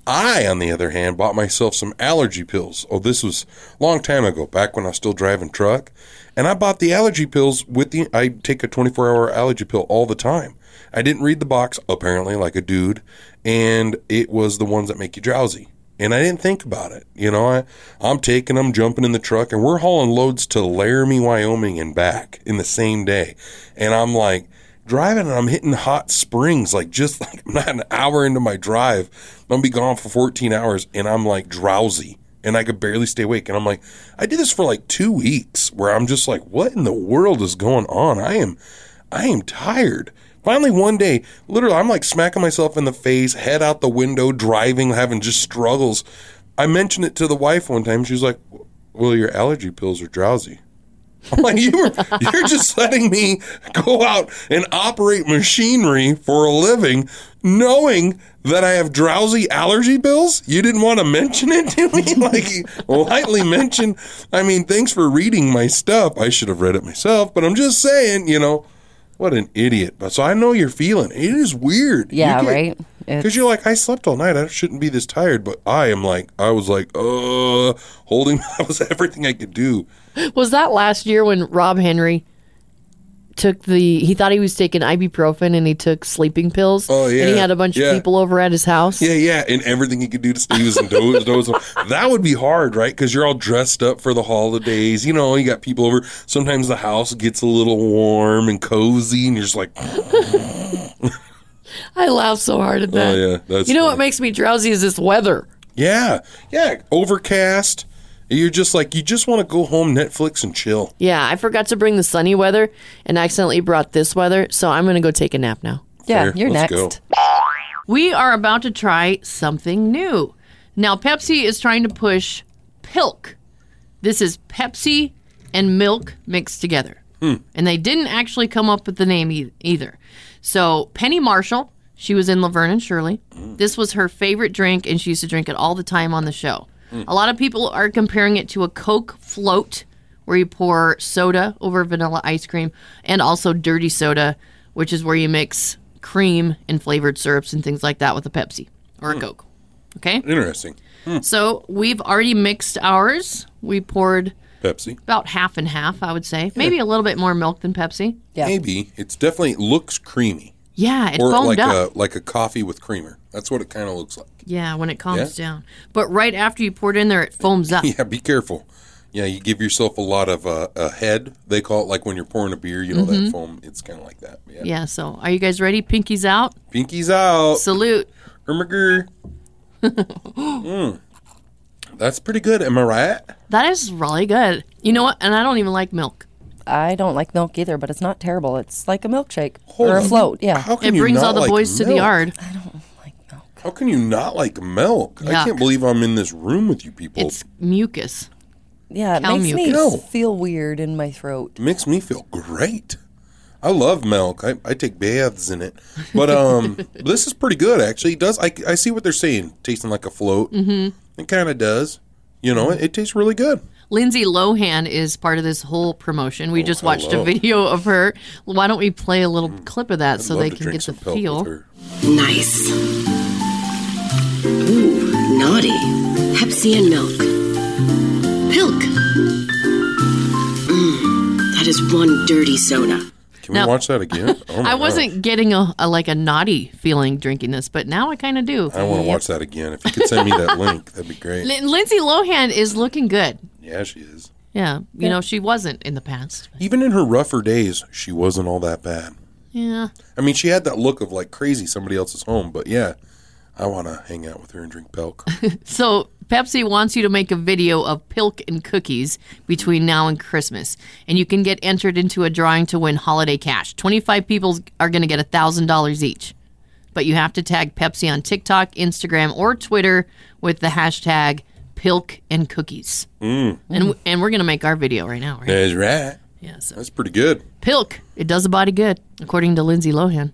S3: I, on the other hand, bought myself some allergy pills. Oh, this was a long time ago, back when I was still driving truck. And I bought the allergy pills with the. I take a 24 hour allergy pill all the time. I didn't read the box, apparently, like a dude. And it was the ones that make you drowsy. And I didn't think about it. You know, I, I'm taking them, jumping in the truck, and we're hauling loads to Laramie, Wyoming and back in the same day. And I'm like driving and I'm hitting hot springs, like just (laughs) like not an hour into my drive. I'm be gone for 14 hours and I'm like drowsy and I could barely stay awake. And I'm like, I did this for like two weeks where I'm just like, what in the world is going on? I am, I am tired. Finally, one day, literally, I'm like smacking myself in the face, head out the window, driving, having just struggles. I mentioned it to the wife one time. She was like, Well, your allergy pills are drowsy. I'm (laughs) like, you were, You're just letting me go out and operate machinery for a living, knowing that I have drowsy allergy pills. You didn't want to mention it to me? (laughs) Like, you lightly mention. I mean, thanks for reading my stuff. I should have read it myself, but I'm just saying, you know. What an idiot. But so I know you're feeling. It is weird.
S4: Yeah, right?
S3: Because you're like, I slept all night. I shouldn't be this tired. But I am like, I was like, uh, holding. (laughs) That was everything I could do.
S2: Was that last year when Rob Henry took the he thought he was taking ibuprofen and he took sleeping pills.
S3: Oh, yeah.
S2: And he had a bunch
S3: Yeah.
S2: of people over at his house.
S3: Yeah, yeah. And everything he could do to stay he was in (laughs) doze, doze. That would be hard, right? Because you're all dressed up for the holidays. You know, you got people over. Sometimes the house gets a little warm and cozy, and you're just like,
S2: I laugh so hard at
S3: Oh,
S2: that.
S3: yeah, that's
S2: you know what makes me drowsy is this weather.
S3: yeah, yeah, overcast. You're just like, you just want to go home, Netflix, and chill.
S2: Yeah, I forgot to bring the sunny weather and accidentally brought this weather, so I'm going to go take a nap now.
S3: Fair. Let's go.
S2: We are about to try something new. Now, Pepsi is trying to push Pilk. This is Pepsi and milk mixed together.
S3: Hmm.
S2: And they didn't actually come up with the name e- either. So, Penny Marshall, she was in Laverne and Shirley.
S3: Hmm.
S2: This was her favorite drink, and she used to drink it all the time on the show.
S5: Mm.
S2: A lot of people are comparing it to a Coke float, where you pour soda over vanilla ice cream, and also dirty soda, which is where you mix cream and flavored syrups and things like that with a Pepsi or a Coke. Okay?
S3: Hmm. Interesting. Hmm.
S2: So, we've already mixed ours. We poured
S3: Pepsi.
S2: about half and half, I would say. Maybe a little bit more milk than Pepsi. Yeah.
S3: Maybe it's definitely looks creamy,
S2: Yeah, it
S3: or
S2: foamed
S3: like
S2: up.
S3: a like a coffee with creamer. That's what it kind of looks like.
S2: Yeah, when it calms
S3: Yeah. (laughs)
S2: down. But right after you pour it in there, it foams up.
S3: Yeah, be careful. Yeah, you give yourself a lot of uh, a head. They call it like when you're pouring a beer, you know
S2: Mhm.
S3: that foam. It's kind of like that. Yeah.
S2: Yeah, so are you guys ready? Pinkies out.
S3: Pinkies out.
S2: Salute. (laughs)
S3: Ermiger. mm. That's pretty good. Am I right?
S2: That is really good. You know what? And I don't even like milk.
S4: I don't like milk either, but it's not terrible. It's like a milkshake
S3: Hold
S4: or a
S3: on.
S4: float. Yeah.
S3: How can It you brings not all the like boys to the milk? yard. How can you not like milk? I
S4: Yuck.
S3: can't believe I'm in this room with you people.
S2: It's mucus.
S4: Yeah, it
S2: Cow
S4: makes me
S2: mucus. No.
S4: feel weird in my throat.
S3: It makes me feel great. I love milk. I, I take baths in it.
S2: (laughs)
S3: But um, this is pretty good actually. It does I, I see what they're saying. Tasting like a float.
S2: Mm-hmm.
S3: It kind of does. You know, it, it tastes really good.
S2: Lindsay Lohan is part of this whole promotion. We just watched
S3: Oh, hello. Mm.
S2: a video of her. Why don't we play a little clip of that so
S3: love
S2: they
S3: to
S2: can
S3: drink
S2: get the
S3: some Pilk with
S2: feel?
S5: Nice. Ooh, naughty. Pepsi and milk. Pilk. Mmm, that is one dirty soda.
S3: Can
S2: Now-
S3: we watch that again? Oh my
S2: I
S3: God.
S2: wasn't getting a, a like a naughty feeling drinking this, but now I kind of do.
S3: I want to watch that again. If you could send me that link, that'd be great.
S2: Lin- Lindsay Lohan is looking good.
S3: Yeah, she is.
S2: Yeah, you
S3: Yeah.
S2: know she wasn't in the past.
S3: Even in her rougher days, she wasn't all that bad.
S2: Yeah.
S3: I mean, she had that look of like crazy somebody else's home, but yeah, I want to hang out with her and drink Belk.
S2: So Pepsi wants you to make a video of pilk and cookies between now and Christmas, and you can get entered into a drawing to win holiday cash. Twenty-five people are going to get thousand dollars each, but you have to tag Pepsi on TikTok, Instagram, or Twitter with the hashtag pilk and cookies.
S3: Mm.
S2: And w- and we're going to make our video right now. Right?
S3: That's right.
S2: Yeah, so.
S3: That's pretty good.
S2: Pilk, it does a body good, according to Lindsay Lohan.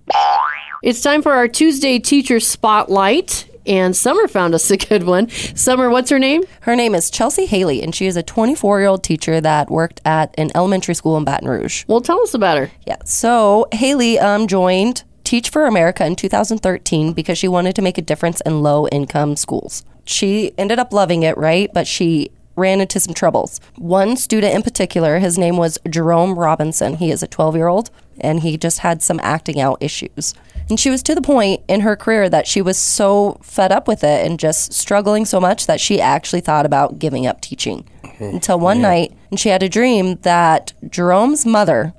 S2: It's time for our Tuesday teacher spotlight, and Summer found us a good one. Summer, what's her name?
S4: Her name is Chelsea Haley, and she is a 24 year old teacher that worked at an elementary school in Baton Rouge.
S2: Well, tell us about her.
S4: Yeah. So Haley um, joined Teach for America in 2013 because she wanted to make a difference in low income schools. She ended up loving it, right? But she ran into some troubles. One student in particular, his name was Jerome Robinson. He is a 12 year old, and he just had some acting out issues. And she was to the point in her career that she was so fed up with it and just struggling so much that she actually thought about giving up teaching. Until one night, and she had a dream that Jerome's mother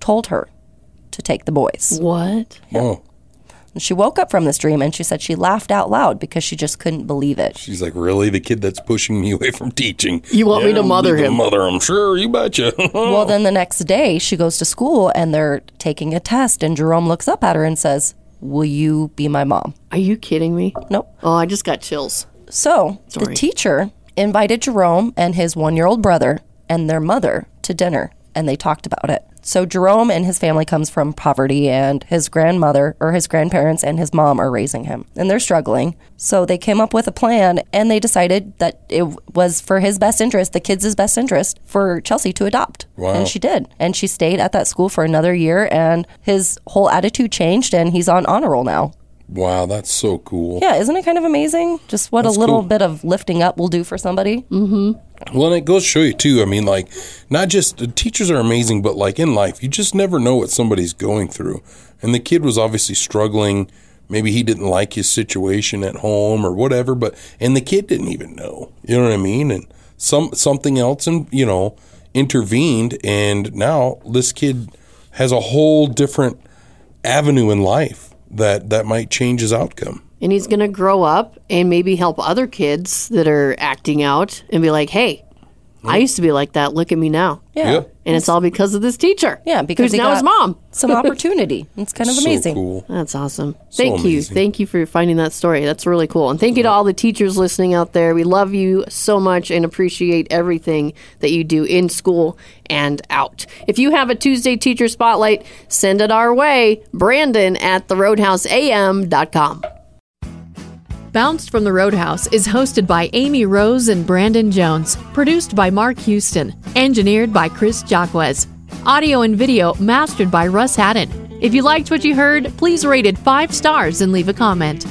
S4: told her to take the boys.
S2: What?
S3: Oh,
S4: And she woke up from this dream and she said she laughed out loud because she just couldn't believe it.
S3: she's like, really? The kid that's pushing me away from teaching.
S4: You want me to
S3: I'm gonna
S4: mother
S3: be the
S4: him?
S3: Mother, I'm sure. You betcha. (laughs)
S4: Well, then the next day she goes to school and they're taking a test, and Jerome looks up at her and says, Will you be my mom?
S2: Are you kidding me?
S4: Nope.
S2: Oh, I just got chills.
S4: So the
S2: Sorry.
S4: teacher invited Jerome and his one year old brother and their mother to dinner, and they talked about it. So Jerome and his family comes from poverty, and his grandmother or his grandparents and his mom are raising him, and they're struggling. So they came up with a plan, and they decided that it was for his best interest, the kids' best interest, for Chelsea to adopt.
S8: Wow.
S4: And she did. And she stayed at that school for another year, and his whole attitude changed, and he's on honor roll now.
S3: wow, that's so cool.
S4: Yeah, isn't it kind of amazing? Just what
S3: That's
S4: a little
S3: cool.
S4: bit of lifting up will do for somebody. Mm-hmm.
S3: Well, and it goes to show you too. I mean, like, not just teachers are amazing, but like in life, you just never know what somebody's going through. And the kid was obviously struggling. Maybe he didn't like his situation at home or whatever, but and the kid didn't even know. You know what I mean? And some something else, and you know, intervened, and now this kid has a whole different avenue in life that that might change his outcome.
S2: And he's going to grow up and maybe help other kids that are acting out and be like, hey, I used to be like that. Look at me now.
S4: Yeah. Yeah.
S2: And it's all because of this teacher.
S4: Yeah, because
S2: who's
S4: he
S2: now
S4: got
S2: his mom. (laughs)
S4: some opportunity. It's
S3: (laughs)
S4: kind of
S2: So
S4: amazing.
S3: cool.
S2: That's awesome.
S4: So
S2: Thank you.
S4: amazing.
S2: Thank you for finding that story. That's really cool. And thank you to all the teachers listening out there. We love you so much and appreciate everything that you do in school and out. If you have a Tuesday teacher spotlight, send it our way. Brandon at theroadhouseam.com. Bounced from the Roadhouse is hosted by Amy Rose and Brandon Jones, produced by Mark Houston, engineered by Chris Jacques. Audio and video mastered by Russ Haddon. If you liked what you heard, please rate it five stars and leave a comment.